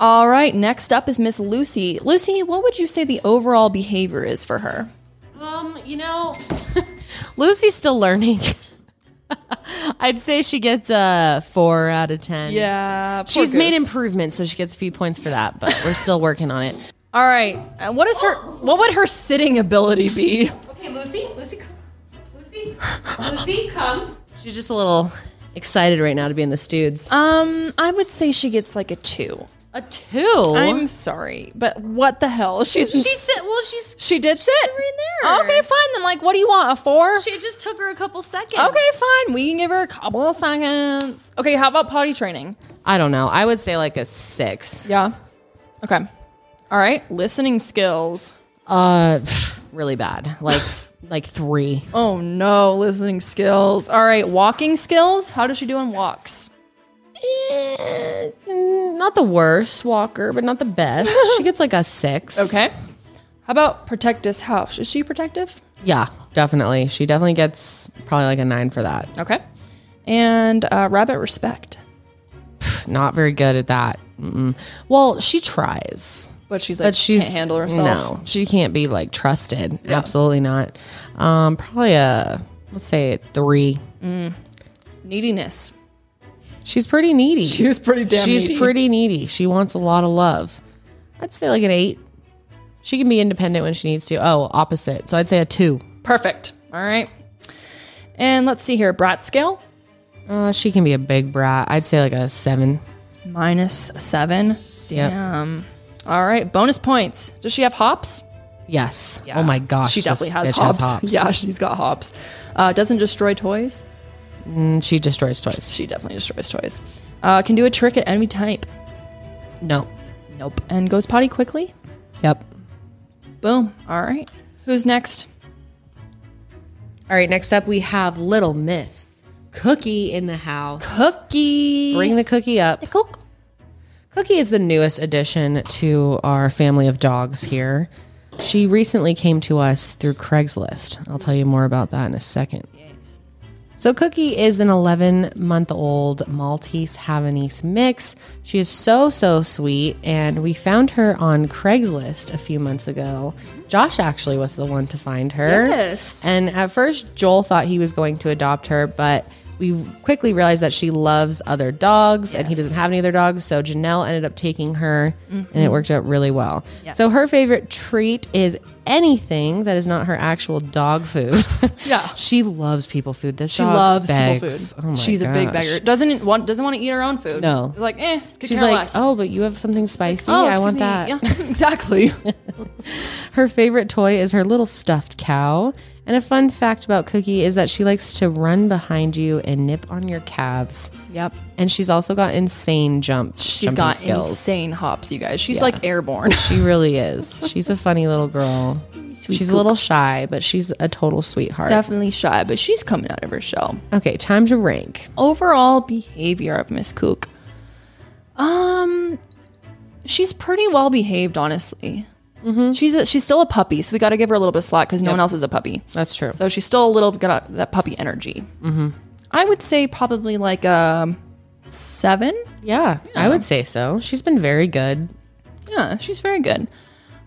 E: All right. Next up is Miss Lucy. Lucy, what would you say the overall behavior is for her?
D: Um, you know, Lucy's still learning. (laughs) I'd say she gets a 4 out of 10.
E: Yeah.
D: She's made improvements, so she gets a few points for that, but we're still working on it.
E: All right. And what is her? What would her sitting ability be?
F: Okay, Lucy, Lucy, come. Lucy, Lucy, come.
D: She's just a little excited right now to be in the studs.
E: Um, I would say she gets like a two.
D: A 2
E: I'm sorry, but what the hell? She's
D: she said, well, she's
E: She did sit.
D: right there.
E: Okay, fine. Then, like, what do you want? A four?
D: She it just took her a couple seconds.
E: okay, fine. We can give her a couple of seconds. Okay, how about potty training?
D: I don't know. I would say like a six.
E: Yeah. Okay. All right. Listening skills.
D: Uh, (sighs) pff, really bad. Like like three.
E: Oh no, listening skills. All right, walking skills. How does she do on walks?
D: Eh, mm, Not the worst walker, but not the best. she gets like a six.
E: (laughs) Okay. How about protect this house? Is she protective?
D: Yeah, definitely. She definitely gets probably like a nine for that.
E: Okay. And uh, rabbit respect.
D: Not very good at that. Mm-mm. Well, she tries.
E: But she's like
D: but she's
E: can't handle herself.
D: No, she can't be like trusted. Absolutely not. Um, probably a let's say a three.
E: Neediness.
D: She's pretty needy.
E: She was pretty damn
D: She's
E: needy.
D: pretty needy. She wants a lot of love. I'd say like an eight. She can be independent when she needs to. Oh, opposite. So I'd say a two.
E: Perfect. All right. And let's see here. Brat scale
D: Uh, she can be a big brat. I'd say like a seven.
E: minus seven.
D: Yep.
E: Damn. All right. Bonus points. Does she have hops?
D: Yes. Oh my gosh.
E: She
D: this
E: definitely has
D: bitch
E: hops. (laughs) Yeah, she's got hops. Uh, doesn't destroy toys.
D: And she destroys toys.
E: She definitely destroys toys. Uh, can do a trick at any type.
D: No.
E: Nope. And goes potty quickly.
D: Yep.
E: Boom. All right. Who's next?
D: All right. Next up, we have Little Miss Cookie in the house.
E: Cookie.
D: Bring the cookie up.
E: cook.
D: Cookie is the newest addition to our family of dogs here. She recently came to us through Craigslist. I'll tell you more about that in a second. So, Cookie is an 11 month old Maltese Havanese mix. She is so, so sweet, and we found her on Craigslist a few months ago. Josh actually was the one to find her.
E: Yes.
D: And at first, Joel thought he was going to adopt her, but we quickly realized that she loves other dogs and he doesn't have any other dogs. So, Janelle ended up taking her,
E: Mm-hmm.
D: and it worked out really well. So, her favorite treat is anything that is not her actual dog food.
E: Yeah.
D: (laughs) She loves people food. This
E: She
D: dog
E: loves
D: begs.
E: people
D: Oh
E: food.
D: my
E: She's a big
D: gosh.
E: beggar. Doesn't want doesn't want to eat her own food.
D: No.
E: It's like, eh, could
D: She's
E: care
D: like,
E: less.
D: oh, but you have something spicy.
E: Oh,
D: I
E: excuse
D: want
E: me."
D: that.
E: Yeah, (laughs)
D: (laughs)
E: exactly.
D: Her favorite toy is her little stuffed cow. And a fun fact about Cookie is that she likes to run behind you and nip on your calves.
E: yep.
D: And she's also got insane jump.
E: She's
D: jumping
E: got
D: skills.
E: insane hops, you guys. She's
D: (laughs)
E: like airborne.
D: She really is. She's a funny little
E: (laughs)
D: girl. she's a little shy, but she's a total sweetheart.
E: Definitely shy, but she's coming out of her shell.
D: okay, time to rank.
E: Overall behavior of Miss Cook. Um she's pretty well behaved, honestly. She's a, she's still a puppy, so we got to give her a little bit of slack because no one else is a puppy.
D: That's true.
E: So she's still a little got that puppy energy. Mm-hmm. I would say probably like a seven.
D: yeah, I would say so. She's been very good.
E: Yeah, she's very good.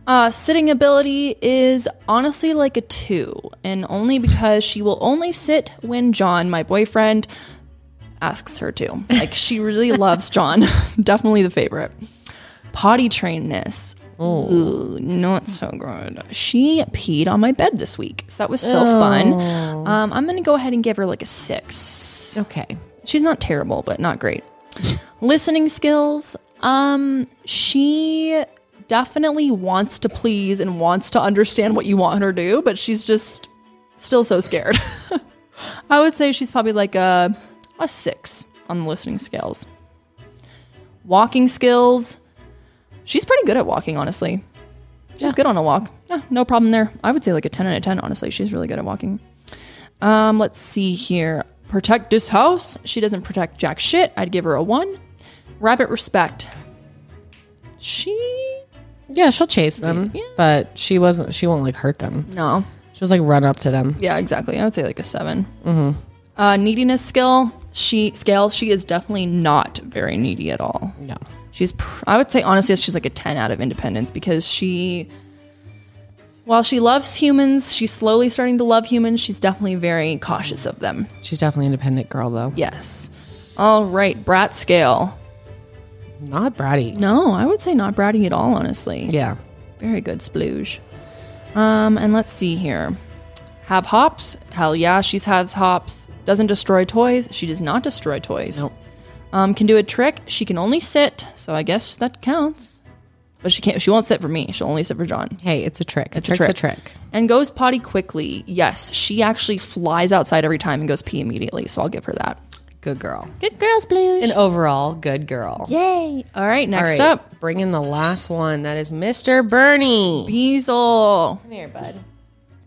E: Uh, sitting ability is honestly like a two, and only because she will only sit when John, my boyfriend, asks her to. Like she really loves John. (laughs) Definitely the favorite. Potty trainedness. Ooh, not so good. She peed on my bed this week, so that was so fun. Um, I'm gonna go ahead and give her like a six
D: Okay.
E: she's not terrible, but not great. Listening skills. Um, she definitely wants to please and wants to understand what you want her to do, but she's just still so scared. (laughs) I would say she's probably like a a six on the listening scales. Walking skills. She's pretty good at walking, honestly. She's good on a walk. Yeah, no problem there. I would say like a 10 out of 10, honestly. She's really good at walking. Um, let's see here. Protect this house. She doesn't protect jack shit. I'd give her a one. Rabbit respect. She
D: Yeah, she'll chase them, but she wasn't. She won't like hurt them.
E: no.
D: She was like run up to them.
E: Yeah, exactly. I would say like a 7 Mm-hmm. Uh, neediness skill. She scale. She is definitely not very needy at all.
D: No.
E: She's, pr- I would say honestly, she's like a 10 out of independence because she, while she loves humans, she's slowly starting to love humans. She's definitely very cautious of them.
D: She's definitely an independent girl though.
E: Yes. All right, brat scale.
D: Not bratty.
E: No, I would say not bratty at all, honestly.
D: Yeah.
E: Very good splooge. Um, and let's see here. Have hops? Hell yeah, she's has hops. Doesn't destroy toys. She does not destroy toys.
D: Nope.
E: Um, can do a trick. She can only sit, so I guess that counts. But she can't. She won't sit for me. She'll only sit for John.
D: Hey, it's a trick. It's
E: a
D: trick's a
E: trick.
D: trick.
E: And goes potty quickly. Yes, she actually flies outside every time and goes pee immediately. So I'll give her that.
D: Good girl.
E: Good girls, Blue.
D: An overall good girl.
B: Yay!
E: All right,
D: All
E: next
D: right.
E: up,
D: Bring in the last one. That is Mr. Bernie.
E: Beazle.
D: Come here, bud.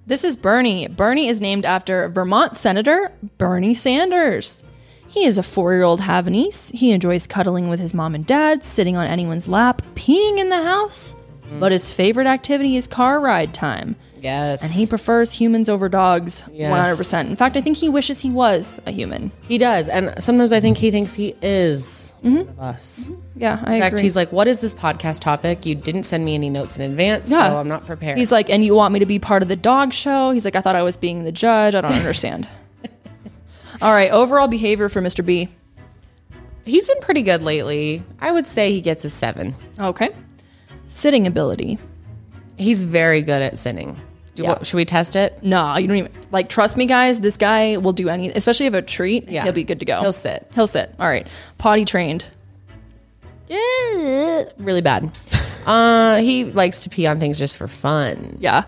E: This is Bernie. Bernie is named after Vermont Senator Bernie Sanders. He is a four year old Havanese. He enjoys cuddling with his mom and dad, sitting on anyone's lap, peeing in the house.
D: Mm.
E: But his favorite activity is car ride time.
D: Yes.
E: And he prefers humans over dogs
D: Yes.
E: 100%. In fact, I think he wishes he was a human.
D: he does. And sometimes I think he thinks he is one of us.
E: Yeah, I
D: In fact,
E: agree.
D: he's like, What is this podcast topic? You didn't send me any notes in advance, so I'm not prepared.
E: He's like, and you want me to be part of the dog show? He's like, I thought I was being the
D: (laughs)
E: judge. I don't understand. All right, overall behavior for Mr. B.
D: He's been pretty good lately. I would say he gets a seven.
E: Okay. Sitting ability.
D: He's very good at sinning. Do,
E: Yeah.
D: what, should we test it?
E: Nah, you don't even like. Trust me, guys. This guy will do any, especially if a treat.
D: Yeah.
E: he'll be good to go.
D: He'll sit.
E: He'll sit. All right. Potty trained.
D: Yeah, really bad. (laughs) Uh, he likes to pee on things just for fun.
E: Yeah.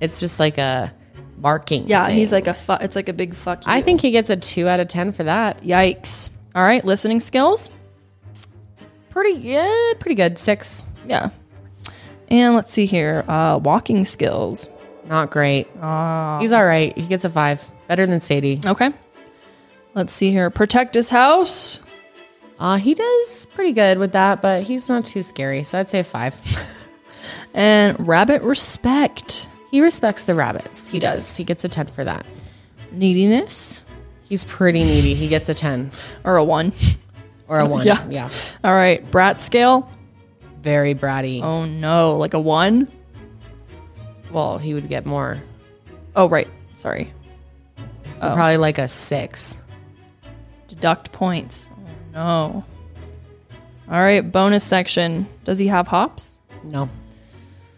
D: It's just like a barking.
E: Yeah.
D: thing.
E: He's like a. Fu- it's like a big fuck. You.
D: I think he gets a two out of ten for that.
E: Yikes. All right. Listening skills.
D: Pretty yeah, pretty good. Six,
E: Yeah. And let's see here. Uh, walking skills.
D: not great. He's all right. He gets a five, better than Sadie.
E: Okay. Let's see here. Protect his house.
D: Uh, he does pretty good with that, but he's not too scary. So I'd say a five. (laughs)
E: And rabbit respect.
D: he respects the rabbits. He does. He gets a ten for that.
E: Neediness.
D: He's pretty needy. He gets a ten
E: Or a one. (laughs)
D: or a one.
E: Yeah.
D: yeah.
E: All right. Brat scale.
D: Very bratty.
E: Oh no. Like a one.
D: Well, he would get more.
E: Oh right. Sorry.
D: So probably like a six.
E: Deduct points. Oh, no. All right, bonus section. Does he have hops?
D: No.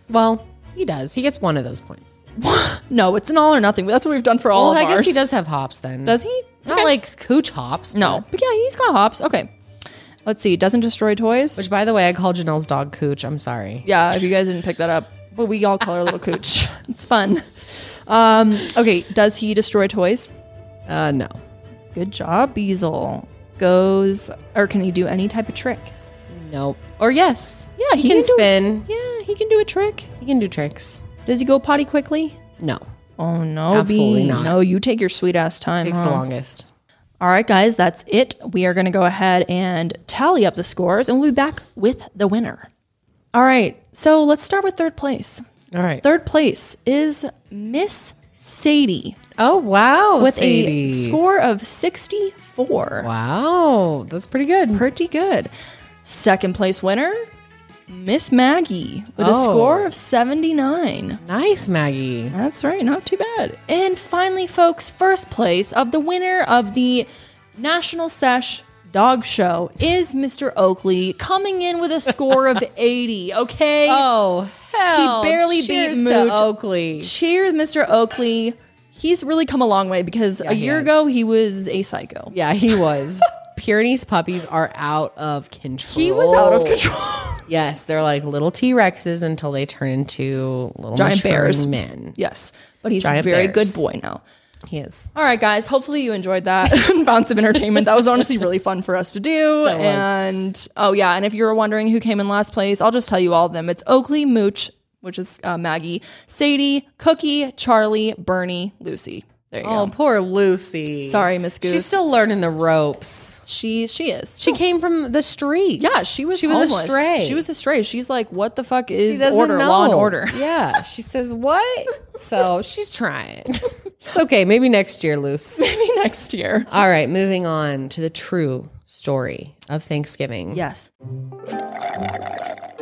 D: Well, he does. He gets one of those points.
E: No, it's an all or nothing. But that's what we've done for all
D: well,
E: of
D: I guess
E: ours.
D: he does have hops then.
E: Does he?
D: Not like cooch hops.
E: No,
D: but-
E: but yeah, he's got hops. Okay. Let's see. Doesn't destroy toys.
D: Which, by the way, I call Janelle's dog cooch. I'm sorry.
E: yeah, if you guys didn't pick that up, but we all call her little cooch. (laughs) It's fun. Um, okay. Does he destroy toys?
D: Uh, no.
E: Good job, Beazle. Goes or can he do any type of trick?
D: Nope. Or yes.
E: Yeah,
D: he, can,
E: he can do
D: spin.
E: Yeah, he can do a trick.
D: He can do tricks.
E: Does he go potty quickly?
D: No.
E: Oh no,
D: Absolutely
E: Bea.
D: not.
E: No, you take your sweet ass time.
D: Takes
E: huh?
D: the longest.
E: All right, guys, that's it. We are going to go ahead and tally up the scores, and we'll be back with the winner. All right, so let's start with third place.
D: All right.
E: Third place is Miss Sadie
D: Oh, wow.
E: with a
D: Sadie.
E: score of 64.
D: Wow. That's pretty good.
E: Pretty good. Second place winner, Miss Maggie with a
D: Oh.
E: score of 79.
D: nice, Maggie.
E: That's right, not too bad. And finally, folks, first place of the winner of the National Sesh Dog Show is Mr. Oakley, coming in with a
D: (laughs)
E: score of 80. Okay.
D: Oh, hell.
E: He barely
D: Cheers
E: beat Mooch.
D: to Oakley.
E: Cheers, Mr. Oakley. He's really come a long way because a
D: he
E: year
D: has.
E: ago he was a psycho.
D: Yeah, he
E: (laughs)
D: was. Pyrenees puppies are out of control.
E: He was out
D: Oh.
E: of control. (laughs)
D: Yes, they're like little T Rexes until they turn into little
E: Giant bears.
D: Men.
E: yes, but he's
D: Giant
E: a very
D: bears.
E: good boy now.
D: He is.
E: All right, guys. Hopefully you enjoyed that (laughs) bounce of entertainment. That was honestly really fun for us
D: (laughs)
E: to do. And oh yeah, and if you were wondering who came in last place, I'll just tell you all of them. It's Oakley, Mooch, which is uh, Maggie, Sadie, Cookie, Charlie, Bernie, Lucy. There you
D: Oh,
E: go.
D: poor Lucy.
E: Sorry, Miss Goose.
D: She's still learning the ropes.
E: she she is.
D: She came from the streets.
E: Oh. yeah, she was
D: She was
E: homeless.
D: a stray.
E: She was a stray. She's like, what the fuck
D: She
E: is
D: doesn't
E: order? Law and
D: know.
E: order. (laughs)
D: Yeah. She says what? So she's
E: (laughs)
D: trying. It's okay. Maybe next year, Luce.
E: Maybe next year.
D: All right. Moving on to the true story of Thanksgiving.
E: Yes.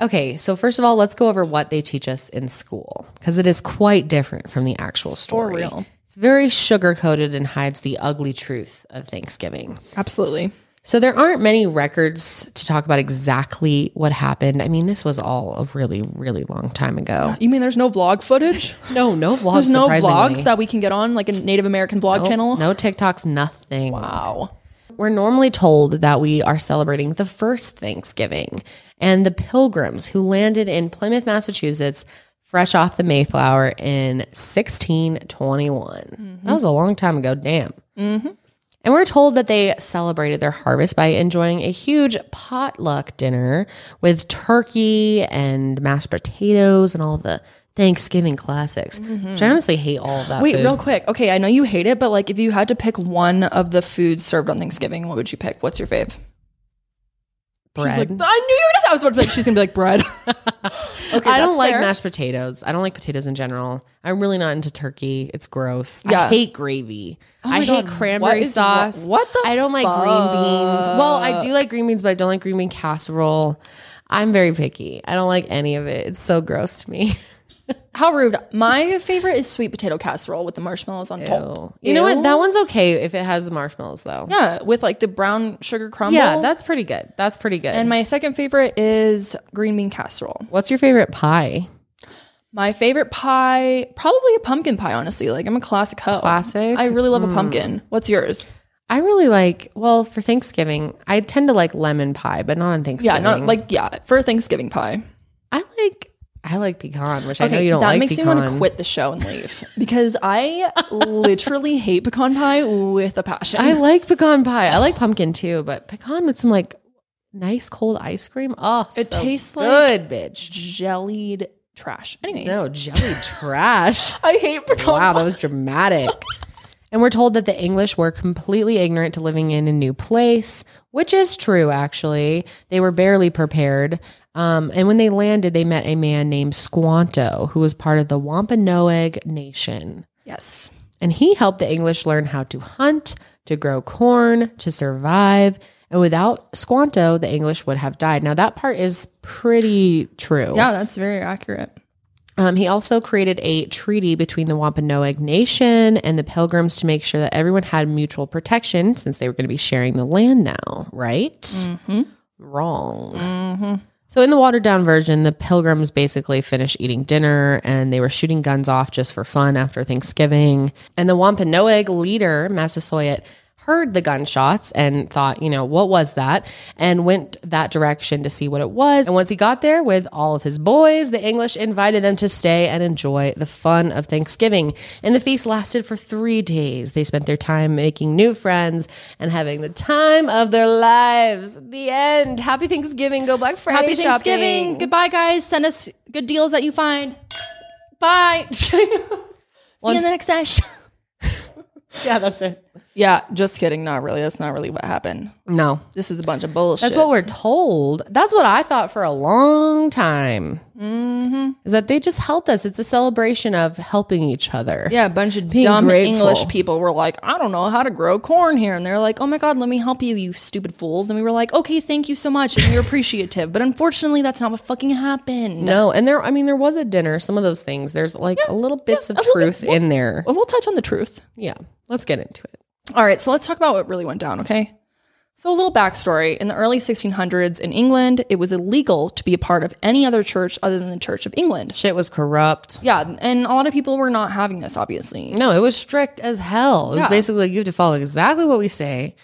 D: Okay, so first of all, let's go over what they teach us in school because it is quite different from the actual story.
E: real.
D: It's very sugar coated and hides the ugly truth of Thanksgiving.
E: Absolutely.
D: So there aren't many records to talk about exactly what happened. I mean, this was all a really, really long time ago.
E: You mean there's no vlog
D: (laughs)
E: footage?
D: No, no vlogs.
E: There's no
D: surprisingly.
E: vlogs that we can get on, like a Native American vlog
D: Nope,
E: channel.
D: No TikToks, nothing.
E: Wow.
D: We're normally told that we are celebrating the first Thanksgiving and the pilgrims who landed in Plymouth, Massachusetts, fresh off the Mayflower in 1621. That was a long time ago, damn. And we're told that they celebrated their harvest by enjoying a huge potluck dinner with turkey and mashed potatoes and all the Thanksgiving classics, which I honestly hate all of that.
E: Wait,
D: food.
E: real quick. Okay, I know you hate it, but like if you had to pick one of the foods served on Thanksgiving, what would you pick? What's your fave? She's like, I
D: bread.
E: knew you were gonna say I was about to be like, she's gonna be
D: (laughs)
E: like bread. (laughs) okay,
D: I don't
E: that's
D: like
E: fair.
D: mashed potatoes. I don't like potatoes in general. I'm really not into turkey. It's gross. I
E: Yeah. Oh
D: hate gravy. I
E: my
D: hate
E: God, what
D: cranberry
E: is wrong-
D: sauce.
E: what the
D: I don't like green beans. Well, I do like green beans, but I don't like green bean casserole. I'm very picky. I don't like any of it. It's so gross to me. (laughs)
E: How rude. My favorite is sweet potato casserole with the marshmallows on top.
D: you know what?
E: Ew.
D: That one's okay if it has the marshmallows though.
E: Yeah, with like the brown sugar crumble.
D: Yeah, that's pretty good. That's pretty good.
E: and my second favorite is green bean casserole.
D: What's your favorite pie?
E: My favorite pie, probably a pumpkin pie, honestly. Like I'm a classic hoe.
D: Classic? Hmm.
E: I really love a pumpkin. What's yours?
D: I really like, well, for Thanksgiving, I tend to like lemon pie, but not on
E: Yeah,
D: Thanksgiving.
E: not like yeah, for a Thanksgiving pie.
D: I like I like pecan, which I know
E: Okay,
D: you don't
E: that
D: like
E: makes
D: pecan.
E: me want to quit the show and leave because I (laughs) literally hate pecan pie with a passion.
D: I like pecan pie. I like pumpkin too, but pecan with some like nice cold ice cream. Oh,
E: It
D: so
E: tastes like-
D: good, bitch.
E: jellied trash. Anyways,
D: No
E: (laughs)
D: jelly trash.
E: I hate pecan
D: Wow,
E: pie.
D: that was dramatic. and we're told that the English were completely ignorant to living in a new place, which is true, actually. They were barely prepared. Um, and when they landed, they met a man named Squanto, who was part of the Wampanoag Nation.
E: Yes.
D: And he helped the English learn how to hunt, to grow corn, to survive. And without Squanto, the English would have died. Now, that part is pretty true.
E: Yeah, that's very accurate.
D: Um, he also created a treaty between the Wampanoag Nation and the Pilgrims to make sure that everyone had mutual protection since they were going to be sharing the land now, right? Wrong. So, in the watered down version, the Pilgrims basically finished eating dinner and they were shooting guns off just for fun after Thanksgiving. And the Wampanoag leader, Massasoit, heard the gunshots and thought, you know, what was that? And went that direction to see what it was. And once he got there with all of his boys, the English invited them to stay and enjoy the fun of Thanksgiving. And the feast lasted for three days. They spent their time making new friends and having the time of their lives. The end. Happy Thanksgiving. Go Black Friday.
E: Happy Thanksgiving. Goodbye, guys. Send us good deals that you find. (laughs) Bye. Just kidding. See you in the next session.
D: Yeah, that's it.
E: Yeah, just kidding. Not really. That's not really what happened.
D: No,
E: This is a bunch of bullshit.
D: that's what we're told. That's what I thought for a long time.
E: Mm-hmm.
D: Is that they just helped us? It's a celebration of helping each other.
E: yeah, a bunch of
D: Being
E: dumb
D: grateful.
E: English people were like, I don't know how to grow corn here. And they're like, oh my God, let me help you, you stupid fools. And we were like, okay, thank you so much. And we were (laughs) appreciative. But unfortunately, that's not what fucking happened.
D: No, and there. I mean, there was a dinner. Some of those things. There's like a little bits of truth in there.
E: But we'll touch on the truth.
D: Yeah, let's get into it.
E: All right, so let's talk about what really went down, okay? So, a little backstory. In the early 1600s in England, it was illegal to be a part of any other church other than the Church of England.
D: Shit was corrupt.
E: Yeah, and a lot of people were not having this, obviously.
D: No, it was strict as hell. It was
E: Yeah.
D: basically like you have to follow exactly what we say,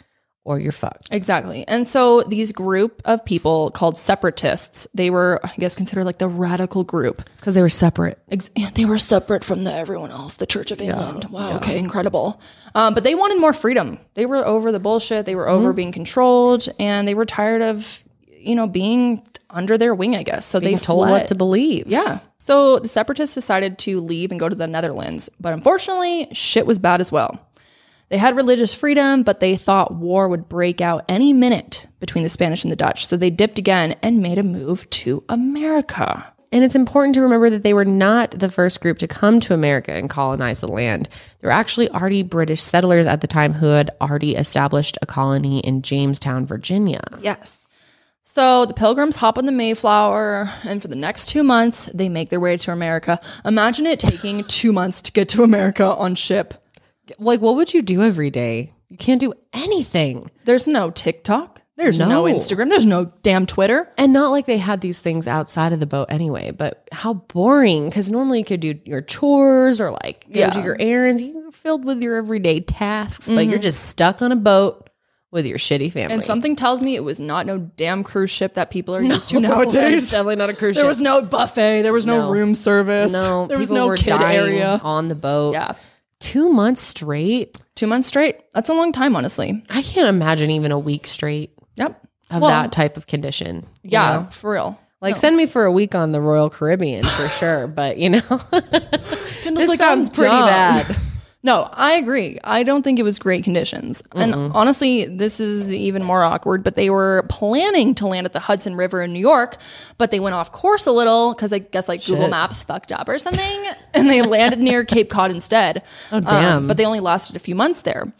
D: or you're fucked.
E: Exactly. And so, these group of people called separatists, they were, I guess, considered like the radical group.
D: It's because they were separate.
E: Ex- (laughs) yeah, they were separate from the everyone else, the Church of England. wow, okay, incredible. Um, but they wanted more freedom. They were over the bullshit. They were over
D: Mm-hmm.
E: being controlled, and they were tired of you know being under their wing. I guess so.
D: Being
E: they
D: told
E: fled.
D: what to believe.
E: Yeah. So the separatists decided to leave and go to the Netherlands, but unfortunately, shit was bad as well. They had religious freedom, but they thought war would break out any minute between the Spanish and the Dutch. So they dipped again and made a move to America.
D: And it's important to remember that they were not the first group to come to America and colonize the land. There were actually already British settlers at the time who had already established a colony in Jamestown, Virginia.
E: Yes. So the pilgrims hop on the Mayflower, and for the next two months, they make their way to America. Imagine it (laughs) taking two months to get to America on ship.
D: Like, what would you do every day? You can't do anything.
E: There's no TikTok, there's no,
D: No.
E: Instagram, there's no damn Twitter.
D: And not like they had these things outside of the boat anyway, but how boring. Because normally you could do your chores or like go
E: Yeah. Mm-hmm.
D: do your errands. You're filled with your everyday tasks, but you're just stuck on a boat with your shitty family.
E: And something tells me it was not no damn cruise ship that people (laughs) are used to nowadays.
D: It's definitely not a cruise
E: There
D: ship.
E: was no buffet. There was no,
D: No.
E: room service.
D: No,
E: there was
D: people
E: no
D: were
E: kid
D: dying
E: area.
D: on the boat.
E: Yeah,
D: Two months straight.
E: two months straight. That's a long time, honestly.
D: I can't imagine even a week straight
E: Yep.
D: of
E: Well,
D: that type of condition. you
E: Yeah,
D: know?
E: for real.
D: Like send me for a week on (laughs)
E: (laughs)
D: the Royal Caribbean for sure, but you know, this
E: like, I'm
D: sounds pretty
E: (laughs) dumb.
D: bad.
E: No, I agree. I don't think it was great conditions. And honestly, this is even more awkward, but they were planning to land at the Hudson River in New York, but they went off course a little because I guess like Google Maps fucked up or something (laughs) and they landed near Cape Cod instead. Oh,
D: damn.
E: but they only lasted a few months there.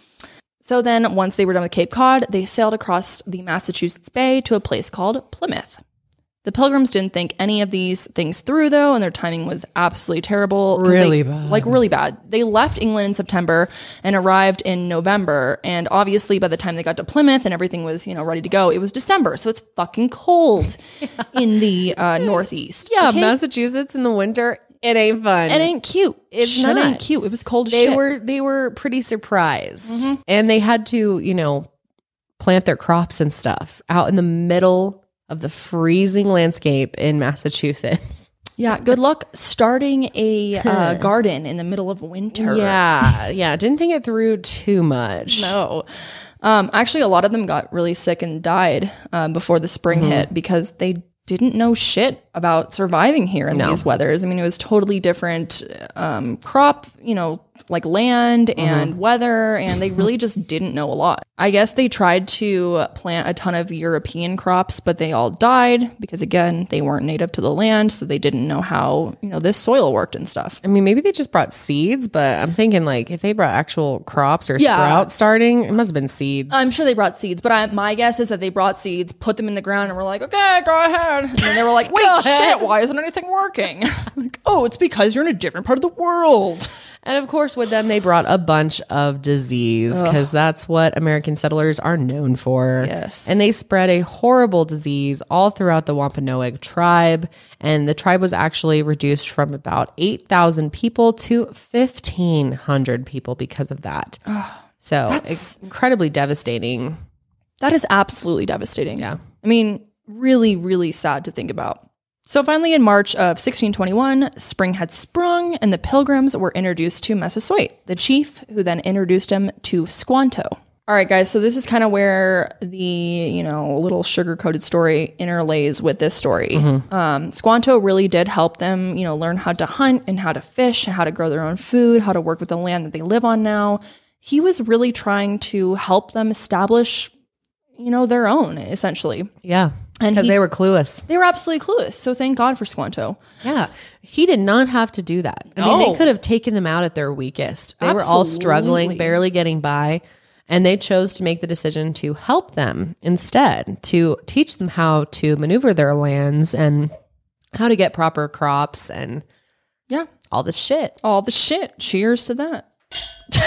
E: So then, once they were done with Cape Cod, they sailed across the Massachusetts Bay to a place called Plymouth. The Pilgrims didn't think any of these things through, though, and their timing was absolutely terrible. 'cause
D: Really
E: they-
D: bad.
E: Like, really bad. They left England in September and arrived in November. And obviously, by the time they got to Plymouth and everything was, you know, ready to go, it was December. So it's fucking
D: (laughs)
E: cold in the uh, Northeast.
D: Yeah,
E: Okay?
D: Massachusetts in the winter, it ain't fun.
E: It ain't cute.
D: It's
E: Shit
D: not.
E: ain't cute. It was cold as
D: they
E: shit. Mm-hmm.
D: were they were pretty surprised, and they had to you know plant their crops and stuff out in the middle of the freezing landscape in Massachusetts.
E: yeah, good luck starting a
D: (laughs)
E: uh, garden in the middle of winter.
D: Yeah, yeah. Didn't think it through too much.
E: No. Um, actually, a lot of them got really sick and died um, before the spring hit because they didn't know shit about surviving here in these weathers. I mean, it was totally different um, crop, you know, like land and weather, and they really just (laughs) didn't know a lot. I guess they tried to plant a ton of European crops, but they all died because, again, they weren't native to the land, so they didn't know how, you know, this soil worked and stuff.
D: I mean, maybe they just brought seeds, but I'm thinking like if they brought actual crops or
E: Yeah. Uh,
D: sprouts starting, it must have been seeds.
E: I'm sure they brought seeds, but I, my guess is that they brought seeds, put them in the ground, and were like, "Okay, go ahead." And then they (laughs) were like, "Wait, shit, why isn't anything working?" (laughs) like, oh, it's because you're in a different part of the world.
D: And of course, with them, they brought a bunch of disease because that's what American settlers are known for.
E: Yes.
D: And they spread a horrible disease all throughout the Wampanoag tribe. And the tribe was actually reduced from about 8,000 people to 1,500 people because of that. so it's incredibly devastating.
E: That is absolutely devastating.
D: Yeah.
E: I mean, really, really sad to think about. So finally, in March of 1621, spring had sprung, and the Pilgrims were introduced to Massasoit, the chief, who then introduced him to Squanto. All right, guys. So this is kind of where the you know little sugar-coated story interlays with this story. Um, Squanto really did help them, you know, learn how to hunt and how to fish and how to grow their own food, how to work with the land that they live on now. He was really trying to help them establish you know, their own essentially.
D: Yeah.
E: And
D: Because
E: he-
D: they were clueless.
E: They were absolutely clueless. So thank God for Squanto.
D: Yeah. He did not have to do that. I mean,
E: No.
D: they could have taken them out at their weakest. They were all struggling,
E: Absolutely.
D: barely getting by. And they chose to make the decision to help them instead, to teach them how to maneuver their lands and how to get proper crops and
E: Yeah.
D: all this shit.
E: All the shit. Cheers to that. (laughs)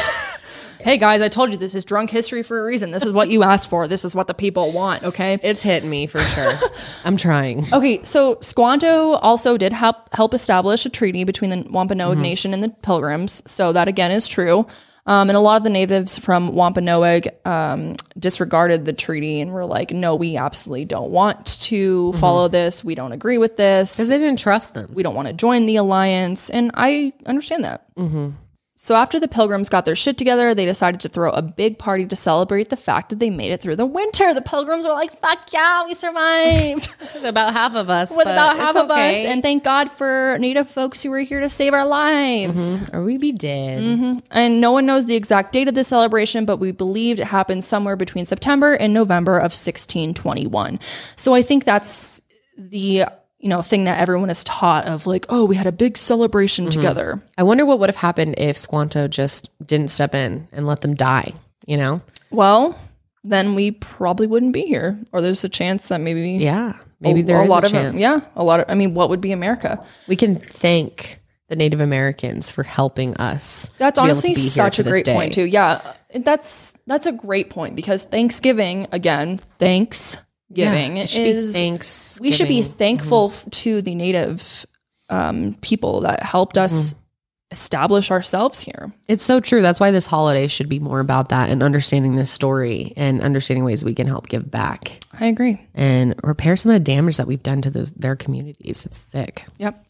E: hey guys, I told you this is drunk history for a reason. This is what you asked for. This is what the people want, okay?
D: It's hitting me for sure. (laughs) I'm trying.
E: Okay, so Squanto also did help help establish a treaty between the Wampanoag Nation and the Pilgrims. So that again is true. Um, and a lot of the natives from Wampanoag um, disregarded the treaty and were like, "No, we absolutely don't want to follow this. We don't agree with this.
D: Because they didn't trust them.
E: we don't want to join the alliance. And I understand that. So after the pilgrims got their shit together, they decided to throw a big party to celebrate the fact that they made it through the winter. The pilgrims were like, fuck yeah, we survived
D: About half of us.
E: with about half of us. And thank God for native folks who were here to save our lives.
D: or we be dead.
E: And no one knows the exact date of the celebration, but we believed it happened somewhere between September and November of 1621. So I think that's the you know thing that everyone is taught of like, oh, we had a big celebration
D: Mm-hmm.
E: together.
D: I wonder what would have happened if Squanto just didn't step in and let them die, you know?
E: Well, then we probably wouldn't be here, or there's a chance that maybe
D: Yeah. Maybe
E: a,
D: there is
E: a lot
D: a
E: of them-
D: chance.
E: yeah, a lot of. I mean, what would be America?
D: We can thank the Native Americans for helping us.
E: That's
D: to be able
E: honestly
D: to be here
E: such
D: to
E: a
D: this
E: great
D: day.
E: point too. Yeah, that's that's a great point because Thanksgiving again, Thanksgiving
D: It should
E: is
D: be thanks.
E: we should be thankful f to the native um, people that helped us establish ourselves here.
D: Mm-hmm. It's so true. That's why this holiday should be more about that and understanding this story and understanding ways we can help give back
E: I agree.
D: and repair some of the damage that we've done to those their communities. It's sick.
E: Yep.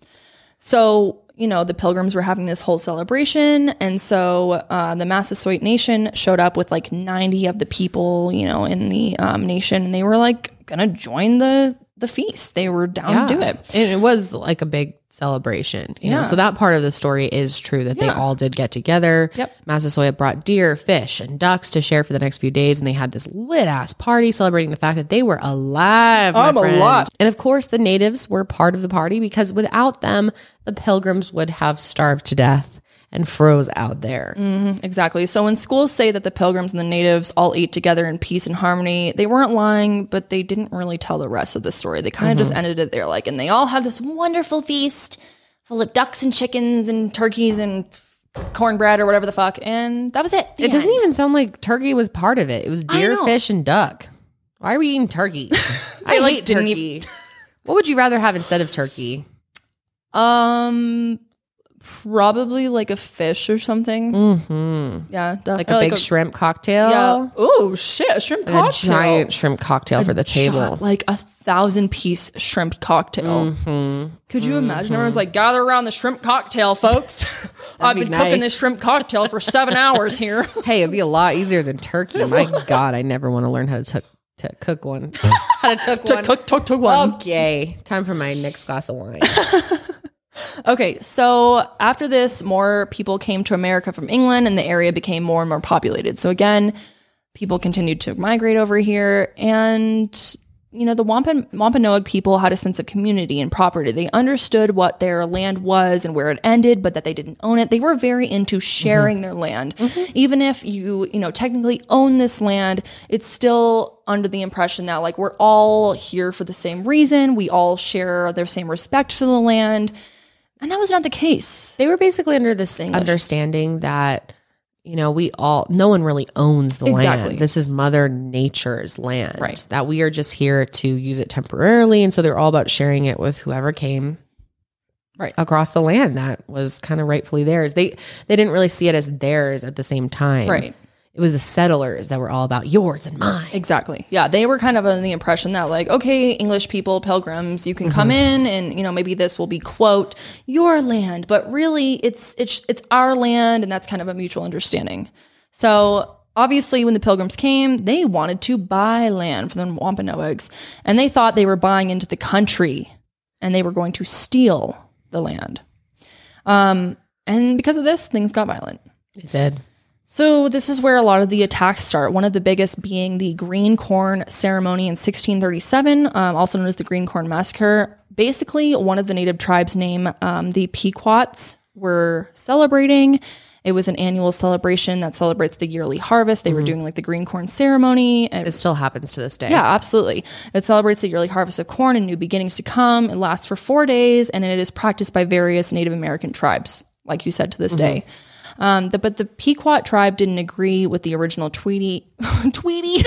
E: So, you know, the pilgrims were having this whole celebration. And so uh, the Massasoit Nation showed up with like 90 of the people, you know, in the um, nation. And they were like going to join the, the feast. They were down to do it.
D: And it was like a big celebration. You yeah. know?
E: Yeah.
D: So that part of the story is true that they
E: Yeah.
D: all did get together.
E: Yep.
D: Massasoit brought deer, fish, and ducks to share for the next few days, and they had this lit ass party celebrating the fact that they were alive. my
E: I'm
D: friend.
E: alive.
D: And of course, the natives were part of the party because without them, the pilgrims would have starved to death and froze out there.
E: Exactly. So when schools say that the pilgrims and the natives all ate together in peace and harmony, they weren't lying, but they didn't really tell the rest of the story. They kind of
D: Mm-hmm.
E: just ended it there. Like, and they all had this wonderful feast full of ducks and chickens and turkeys and cornbread or whatever the fuck. And that was it. The
D: It doesn't
E: end.
D: even sound like turkey was part of it. It was deer,
E: know.
D: fish, and duck. Why are we eating
E: (laughs)
D: turkey? I
E: like,
D: hate
E: didn't
D: turkey. (laughs) what would you rather have instead of turkey?
E: Um, probably like a fish or something.
D: Mm-hmm.
E: Yeah. def-
D: Like
E: or
D: a big shrimp cocktail.
E: Yeah. Oh shit! A shrimp
D: And a
E: cocktail.
D: giant shrimp cocktail for the table.
E: (laughs) Shot, like a thousand piece shrimp cocktail. Could you imagine? Everyone's like, gather around the shrimp cocktail, folks. I've
D: be
E: been cooking this
D: nice.
E: shrimp cocktail for seven hours here.
D: hey, it'd be a lot easier than turkey.
E: (laughs)
D: My God, I never want to learn how to, took to cook one. how to cook
E: to
D: one.
E: cook, took, took one.
D: Okay, time for my next glass of wine.
E: Okay, so after this, more people came to America from England and the area became more and more populated. So again, people continued to migrate over here. And, you know, the Wampum, Wampanoag people had a sense of community and property. They understood what their land was and where it ended, but that they didn't own it. They were very into sharing their land. Even if you, you know, technically own this land, it's still under the impression that, like, we're all here for the same reason. We all share their same respect for the land. And that was not the case.
D: They were basically under this understanding that you know we all no one really owns the
E: Exactly.
D: land. This is Mother Nature's land.
E: Right.
D: That we are just here to use it temporarily, and so they're all about sharing it with whoever came
E: Right.
D: across the land that was kind of rightfully theirs. They they didn't really see it as theirs at the same time.
E: Right.
D: It was the settlers that were all about yours and mine.
E: Exactly. Yeah. They were kind of under the impression that, like, okay, English people, pilgrims, you can come in and, you know, maybe this will be, quote, your land, but really it's, it's, it's our land. And that's kind of a mutual understanding. So obviously, when the pilgrims came, they wanted to buy land from the Wampanoags and they thought they were buying into the country and they were going to steal the land. Um, and because of this, things got violent.
D: It did.
E: So this is where a lot of the attacks start. One of the biggest being the Green Corn Ceremony in 1637, um, also known as the Green Corn Massacre. Basically, one of the native tribes named um, the Pequots were celebrating. It was an annual celebration that celebrates the yearly harvest. They were doing like the Green Corn Ceremony. It
D: It still happens to this day.
E: yeah, absolutely. It celebrates the yearly harvest of corn and new beginnings to come. It lasts for four days, and it is practiced by various Native American tribes, like you said, to this day. Um, the, but the Pequot tribe didn't agree with the original Tweety. (laughs) Tweety.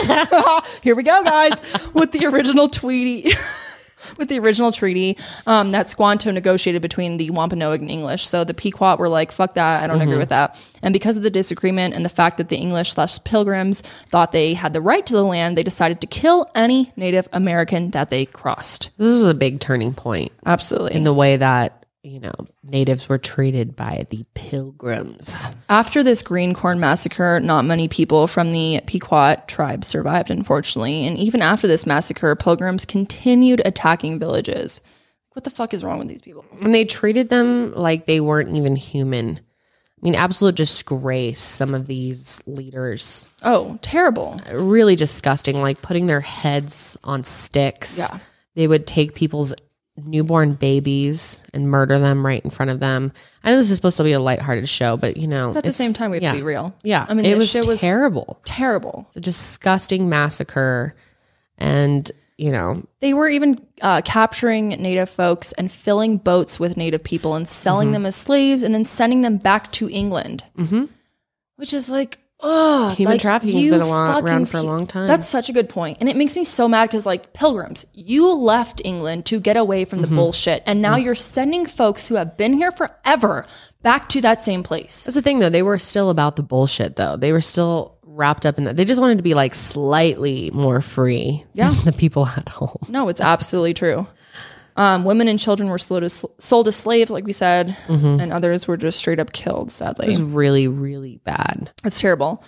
E: Here we go, guys. with the original Tweety. (laughs) with the original treaty um, that Squanto negotiated between the Wampanoag and English. So the Pequot were like, fuck that, I don't agree with that. And because of the disagreement and the fact that the English slash pilgrims thought they had the right to the land, they decided to kill any Native American that they crossed.
D: This was a big turning point.
E: Absolutely.
D: in the way that you know natives were treated by the pilgrims
E: After this green corn massacre, not many people from the Pequot tribe survived, unfortunately. And even after this massacre, pilgrims continued attacking villages. What the fuck is wrong with these people?
D: and they treated them like they weren't even human i mean absolute disgrace some of these leaders
E: Oh, terrible.
D: really disgusting like putting their heads on sticks
E: Yeah.
D: they would take people's newborn babies and murder them right in front of them i know this is supposed to be a lighthearted show but you know
E: But at the same time, we have
D: Oh, yeah.
E: to be real.
D: yeah
E: I mean,
D: it
E: this
D: was
E: shit was-
D: terrible
E: Terrible.
D: it's a disgusting massacre and you know
E: They were even uh, capturing native folks and filling boats with native people and
D: Mm-hmm.
E: selling them as slaves and then sending them back to England,
D: Mhm.
E: which is like, oh,
D: Human trafficking's been a lo- around for a long time.
E: That's such a good point, and it makes me so mad because like pilgrims, you left England to get away from the
D: Mm-hmm.
E: bullshit, and now you're sending folks who have been here forever back to that same place.
D: That's the thing, though. They were still about the bullshit, though. They were still wrapped up in that. They just wanted to be like slightly more free (laughs) yeah. than the people at home.
E: No, it's absolutely true. Um, women and children were sold as, sold as slaves, like we said, and others were just straight up killed. Sadly,
D: It was really, really bad.
E: It's terrible.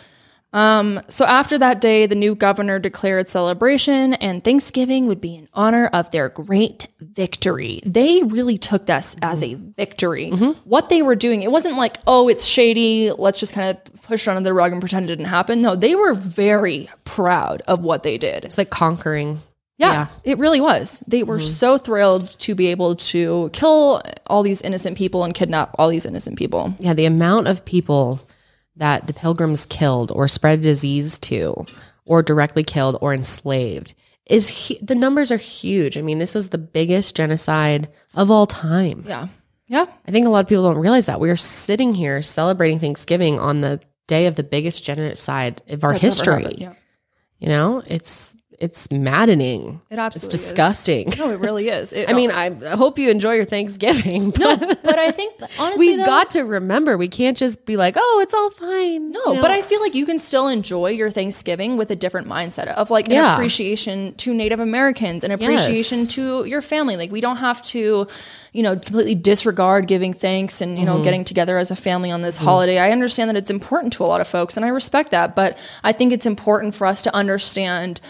E: Um, so after that day, the new governor declared celebration and Thanksgiving would be in honor of their great victory. They really took this as a victory. What they were doing, it wasn't like, oh, it's shady, let's just kind of push it under the rug and pretend it didn't happen. No, they were very proud of what they did.
D: It's like conquering.
E: Yeah, it really was. They were
D: Mm-hmm.
E: so thrilled to be able to kill all these innocent people and kidnap all these innocent people.
D: Yeah, the amount of people that the pilgrims killed or spread disease to or directly killed or enslaved is hu- the numbers are huge. I mean, this was the biggest genocide of all time.
E: Yeah. Yeah.
D: I think a lot of people don't realize that we are sitting here celebrating Thanksgiving on the day of the biggest genocide of our
E: That's never
D: history.
E: happened. Yeah.
D: You know, it's it's maddening.
E: It absolutely
D: It's
E: is.
D: disgusting.
E: No, Oh, it really is. It-
D: I mean, I I hope you enjoy your Thanksgiving. But
E: (laughs) but I think honestly,
D: we
E: though-
D: got to remember we can't just be like, oh, it's all fine.
E: no. But I feel like you can still enjoy your Thanksgiving with a different mindset of like an
D: Yeah.
E: appreciation to Native Americans, an appreciation
D: Yes.
E: to your family. Like we don't have to, you know, completely disregard giving thanks and you
D: Mm-hmm.
E: know getting together as a family on this holiday. I understand that it's important to a lot of folks, and I respect that. But I think it's important for us to understand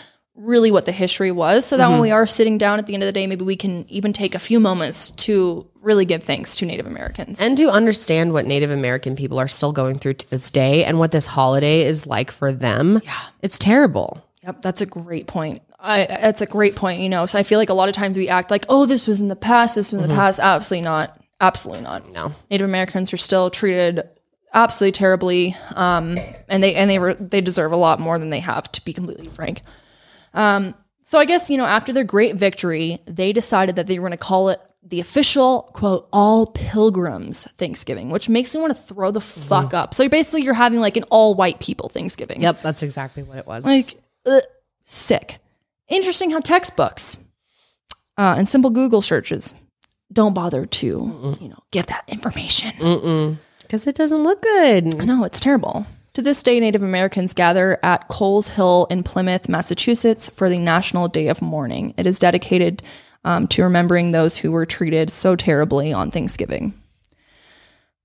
E: really what the history was so that when
D: Mm-hmm.
E: we are sitting down at the end of the day maybe we can even take a few moments to really give thanks to native americans
D: and to understand what Native American people are still going through to this day and what this holiday is like for them. Yeah. It's terrible.
E: Yep, that's a great point. I, that's a great point. You know, so I feel like a lot of times we act like, oh, this was in the past. This was in the past. Absolutely not. Absolutely not. No. Native Americans are still treated absolutely terribly, um, and they and they were they deserve a lot more than they have. To be completely frank. Um, so I guess you know after their great victory, they decided that they were going to call it the official quote all pilgrims Thanksgiving, which makes me want to throw the fuck up. So basically, you're having like an all white people Thanksgiving.
D: Yep, that's exactly what it was.
E: Like, ugh, sick. Interesting how textbooks uh, and simple Google searches don't bother to, you know, give that information.
D: Because it doesn't look good.
E: No, it's terrible. To this day, Native Americans gather at Coles Hill in Plymouth, Massachusetts for the National Day of Mourning. It is dedicated um, to remembering those who were treated so terribly on Thanksgiving.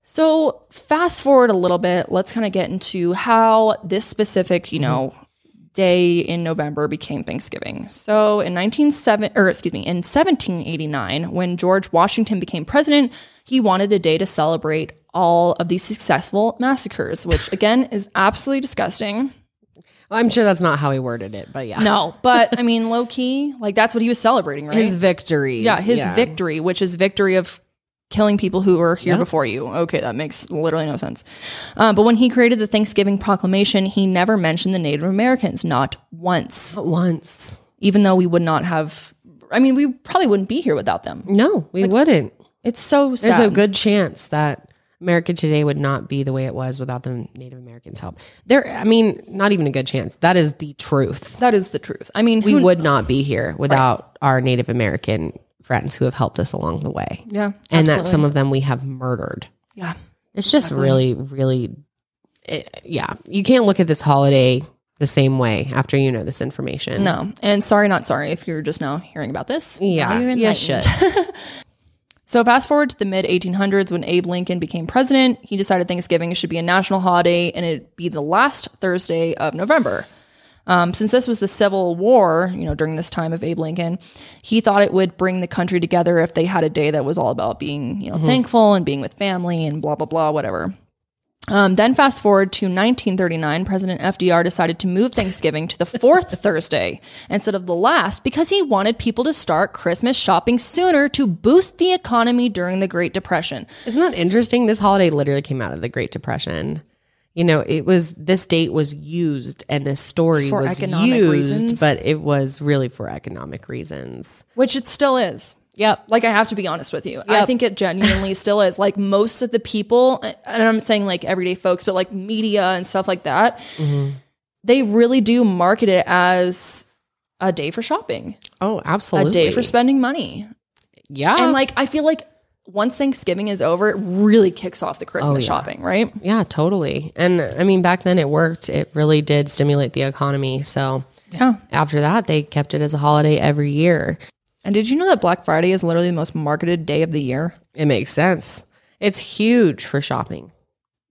E: So, fast forward a little bit, let's kind of get into how this specific, you know, day in November became Thanksgiving. So, in 197 or excuse me, in 1789, when George Washington became president, he wanted a day to celebrate all of these successful massacres, which again is absolutely disgusting.
D: I'm sure that's not how he worded it, but yeah.
E: No, but I mean, low key, like that's what he was celebrating, right?
D: His victories.
E: Yeah, his victory, which is victory of killing people who were here before you. Okay, that makes literally no sense. Um, but when he created the Thanksgiving Proclamation, he never mentioned the Native Americans, not once,
D: Not once.
E: even though we would not have. I mean, we probably wouldn't be here without them.
D: No, we wouldn't.
E: It's so sad.
D: There's a good chance that America today would not be the way it was without the Native Americans' help. There, I mean, not even a good chance. That is the truth.
E: that is the truth. I mean,
D: We
E: who-
D: would not be here without our Native American friends who have helped us along the way.
E: Yeah,
D: and that
E: absolutely.
D: some of them we have murdered.
E: Yeah,
D: It's just really, really, it, yeah. You can't look at this holiday the same way after you know this information.
E: no. And sorry, not sorry. If you're just now hearing about this,
D: Yeah.
E: you're
D: Yeah,
E: enlightened. (laughs)
D: shit.
E: So fast forward to the mid 1800s when Abe Lincoln became president, he decided Thanksgiving should be a national holiday and it'd be the last Thursday of November. Um, since this was the Civil War, you know, during this time of Abe Lincoln, he thought it would bring the country together if they had a day that was all about being, you know,
D: Mm-hmm.
E: thankful and being with family and blah blah blah, whatever. Um, then fast forward to 1939, President FDR decided to move Thanksgiving to the fourth (laughs) Thursday instead of the last because he wanted people to start Christmas shopping sooner to boost the economy during the Great Depression.
D: Isn't that interesting? This holiday literally came out of the Great Depression. You know, it was this date was used and this story
E: For
D: was
E: economic
D: used,
E: reasons?
D: but it was really for economic reasons.
E: which it still is.
D: Yep.
E: Like I have to be honest with you. I think it genuinely still is. Like most of the people, and I'm saying like everyday folks, but like media and stuff like that, they really do market it as a day for shopping,
D: Oh, absolutely.
E: a day for spending money.
D: yeah.
E: And like I feel like once Thanksgiving is over, it really kicks off the Christmas shopping, right?
D: yeah, totally. And I mean, back then it worked. It really did stimulate the economy. So
E: Yeah.
D: after that, they kept it as a holiday every year.
E: And did you know that Black Friday is literally the most marketed day of the year?
D: It makes sense. It's huge for shopping.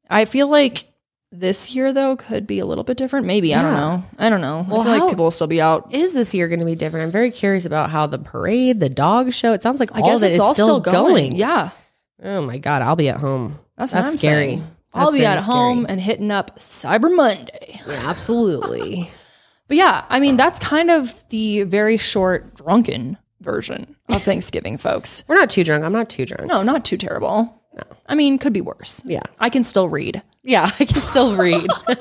E: I feel like This year though could be a little bit different. Maybe I don't know. I don't know. I feel
D: how-
E: like people will still be out.
D: Is this year going to be different? I'm very curious about how the parade, the dog show. It sounds like
E: I
D: all
E: guess
D: that
E: it's
D: is
E: all
D: still going.
E: Yeah,
D: Oh my god, I'll be at home.
E: that's,
D: That's
E: what I'm
D: scary.
E: saying.
D: That's
E: I'll be
D: very
E: at home
D: scary.
E: and hitting up Cyber Monday.
D: Yeah, absolutely.
E: But yeah, I mean that's kind of the very short drunken version of Thanksgiving, folks.
D: We're not too drunk. I'm not too drunk.
E: (laughs) No, not too terrible. I mean, could be worse.
D: Yeah.
E: I can still read.
D: Yeah, I can still read.
E: (laughs)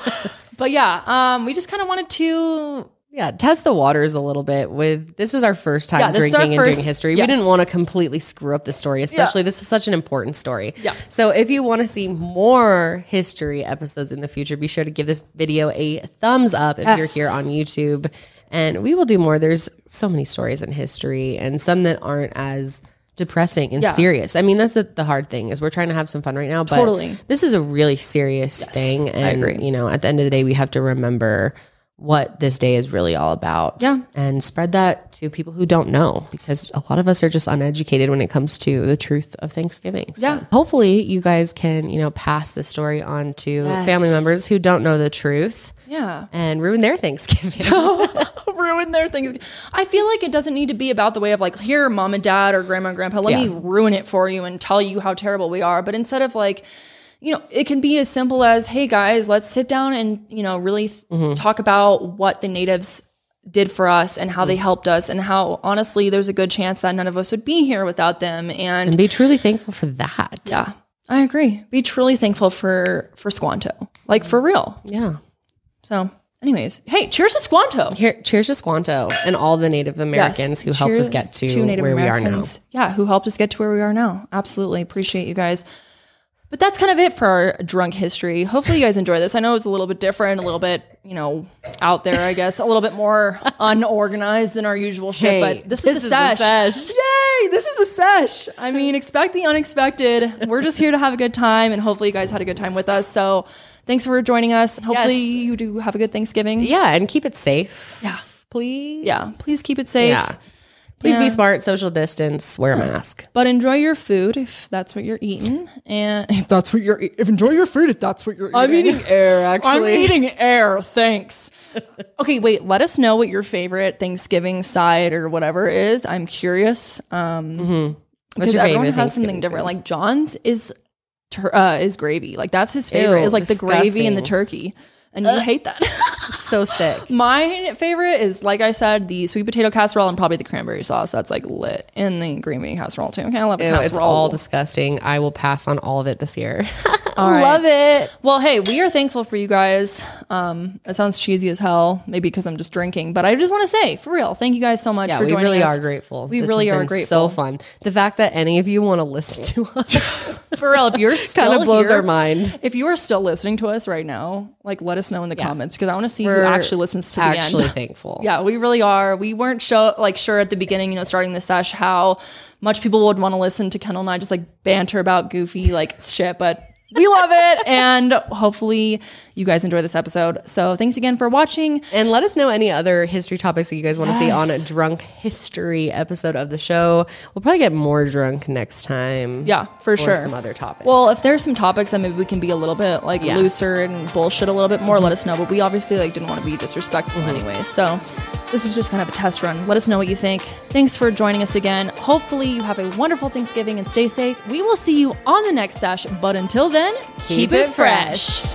E: But yeah, um, we just kind of wanted to
D: yeah, test the waters a little bit with this is our first time
E: Yeah, this is our
D: drinking and doing
E: first-
D: history.
E: yes.
D: We didn't want to completely screw up the story, especially this is such an important story.
E: Yeah.
D: So if you want to see more history episodes in the future, be sure to give this video a thumbs up if you're
E: Yes.
D: here on YouTube. And we will do more. There's so many stories in history and some that aren't as depressing and
E: Yeah.
D: serious. I mean, that's the, the hard thing is we're trying to have some fun right now, but
E: Totally.
D: this is a really serious thing. And
E: I agree.
D: you know, at the end of the day, we have to remember what this day is really all about.
E: Yeah.
D: And spread that to people who don't know because a lot of us are just uneducated when it comes to the truth of Thanksgiving. So
E: Yeah.
D: hopefully you guys can, you know, pass this story on to family members who don't know the truth
E: yeah
D: and ruin their
E: (laughs)
D: Thanksgiving.
E: ruin their things. I feel like it doesn't need to be about the way of like here, mom and dad or grandma and grandpa. Let me ruin it for you and tell you how terrible we are. But instead of like. You know, it can be as simple as, "Hey guys, let's sit down and you know really th- talk about what the natives did for us and how they helped us, and how honestly, there's a good chance that none of us would be here without them." And
D: and be truly thankful for that.
E: Yeah, I agree. Be truly thankful for for Squanto, like for real.
D: Yeah.
E: So, anyways, hey, cheers to Squanto.
D: Here, cheers to Squanto and all the Native Americans who helped us get to, where we are now.
E: we are now. Yeah, who helped us get to where we are now. Absolutely appreciate you guys. But that's kind of it for our drunk history. Hopefully, you guys enjoy this. I know it's a little bit different, a little bit you know out there. I guess a little bit more (laughs) unorganized than our usual shit. but this, is, the sesh. Yay! This is a sesh. I mean, expect the unexpected. We're just here to have a good time, and hopefully, you guys had a good time with us. So, thanks for joining us. Hopefully,
D: Yes.
E: you do have a good Thanksgiving.
D: Yeah, and keep it safe.
E: Yeah.
D: Please.
E: Yeah. Please keep it safe.
D: Yeah. Please be
E: Yeah.
D: smart, social distance, wear a mask.
E: But enjoy your food if that's what you're eating, and if that's what you're if enjoy your food if that's what you're. eating. I'm eating
D: air, actually.
E: (laughs) I'm eating air.
D: (laughs)
E: Thanks. okay, wait. Let us know what your favorite Thanksgiving side or whatever is. I'm curious. Um, because
D: your
E: everyone
D: favorite
E: has something
D: Thanksgiving
E: different. Like John's is tur- uh, is gravy. Like that's his favorite.
D: Ew,
E: is like the gravy and the
D: disgusting.
E: turkey, and you hate that.
D: (gasps) So sick.
E: My favorite is, like I said, the sweet potato casserole and probably the cranberry sauce. That's like lit, and the green bean casserole too. Okay, I love a
D: Ew,
E: casserole.
D: it's all disgusting. I will pass on all of it this year.
E: Love it. Well, hey, we are thankful for you guys. Um, it sounds cheesy as hell, maybe because I'm just drinking, but I just want to say, for real, thank you guys so much.
D: yeah,
E: for
D: we
E: joining
D: really
E: us.
D: are grateful.
E: We
D: This
E: really
D: has
E: are
D: been
E: grateful.
D: So fun. The fact that any of you want to listen to
E: (laughs)
D: us
E: (laughs) For real,
D: (laughs)
E: if you're still
D: kind of blows
E: here-
D: our mind.
E: If you are still listening to us right now, like let us know in the comments because I want to see who
D: We're
E: actually listens to the end. (laughs)
D: Actually thankful.
E: Yeah, we really are. We weren't sure, like sure at the beginning, you know, starting the sesh, how much people would want to listen to Kendall and I just like banter about goofy like shit, but we love it, and hopefully you guys enjoy this episode. So thanks again for watching.
D: And let us know any other history topics that you guys want to see on a drunk history episode of the show. We'll probably get more drunk next time.
E: Yeah, for
D: Or
E: sure.
D: some other topics.
E: Well, if there's some topics that maybe we can be a little bit like
D: Yeah. Mm-hmm.
E: looser and bullshit a little bit more, let us know. But we obviously like didn't want to be disrespectful anyway. So this is just kind of a test run. Let us know what you think. Thanks for joining us again. Hopefully you have a wonderful Thanksgiving and stay safe. We will see you on the next sesh. But until then, keep, it fresh.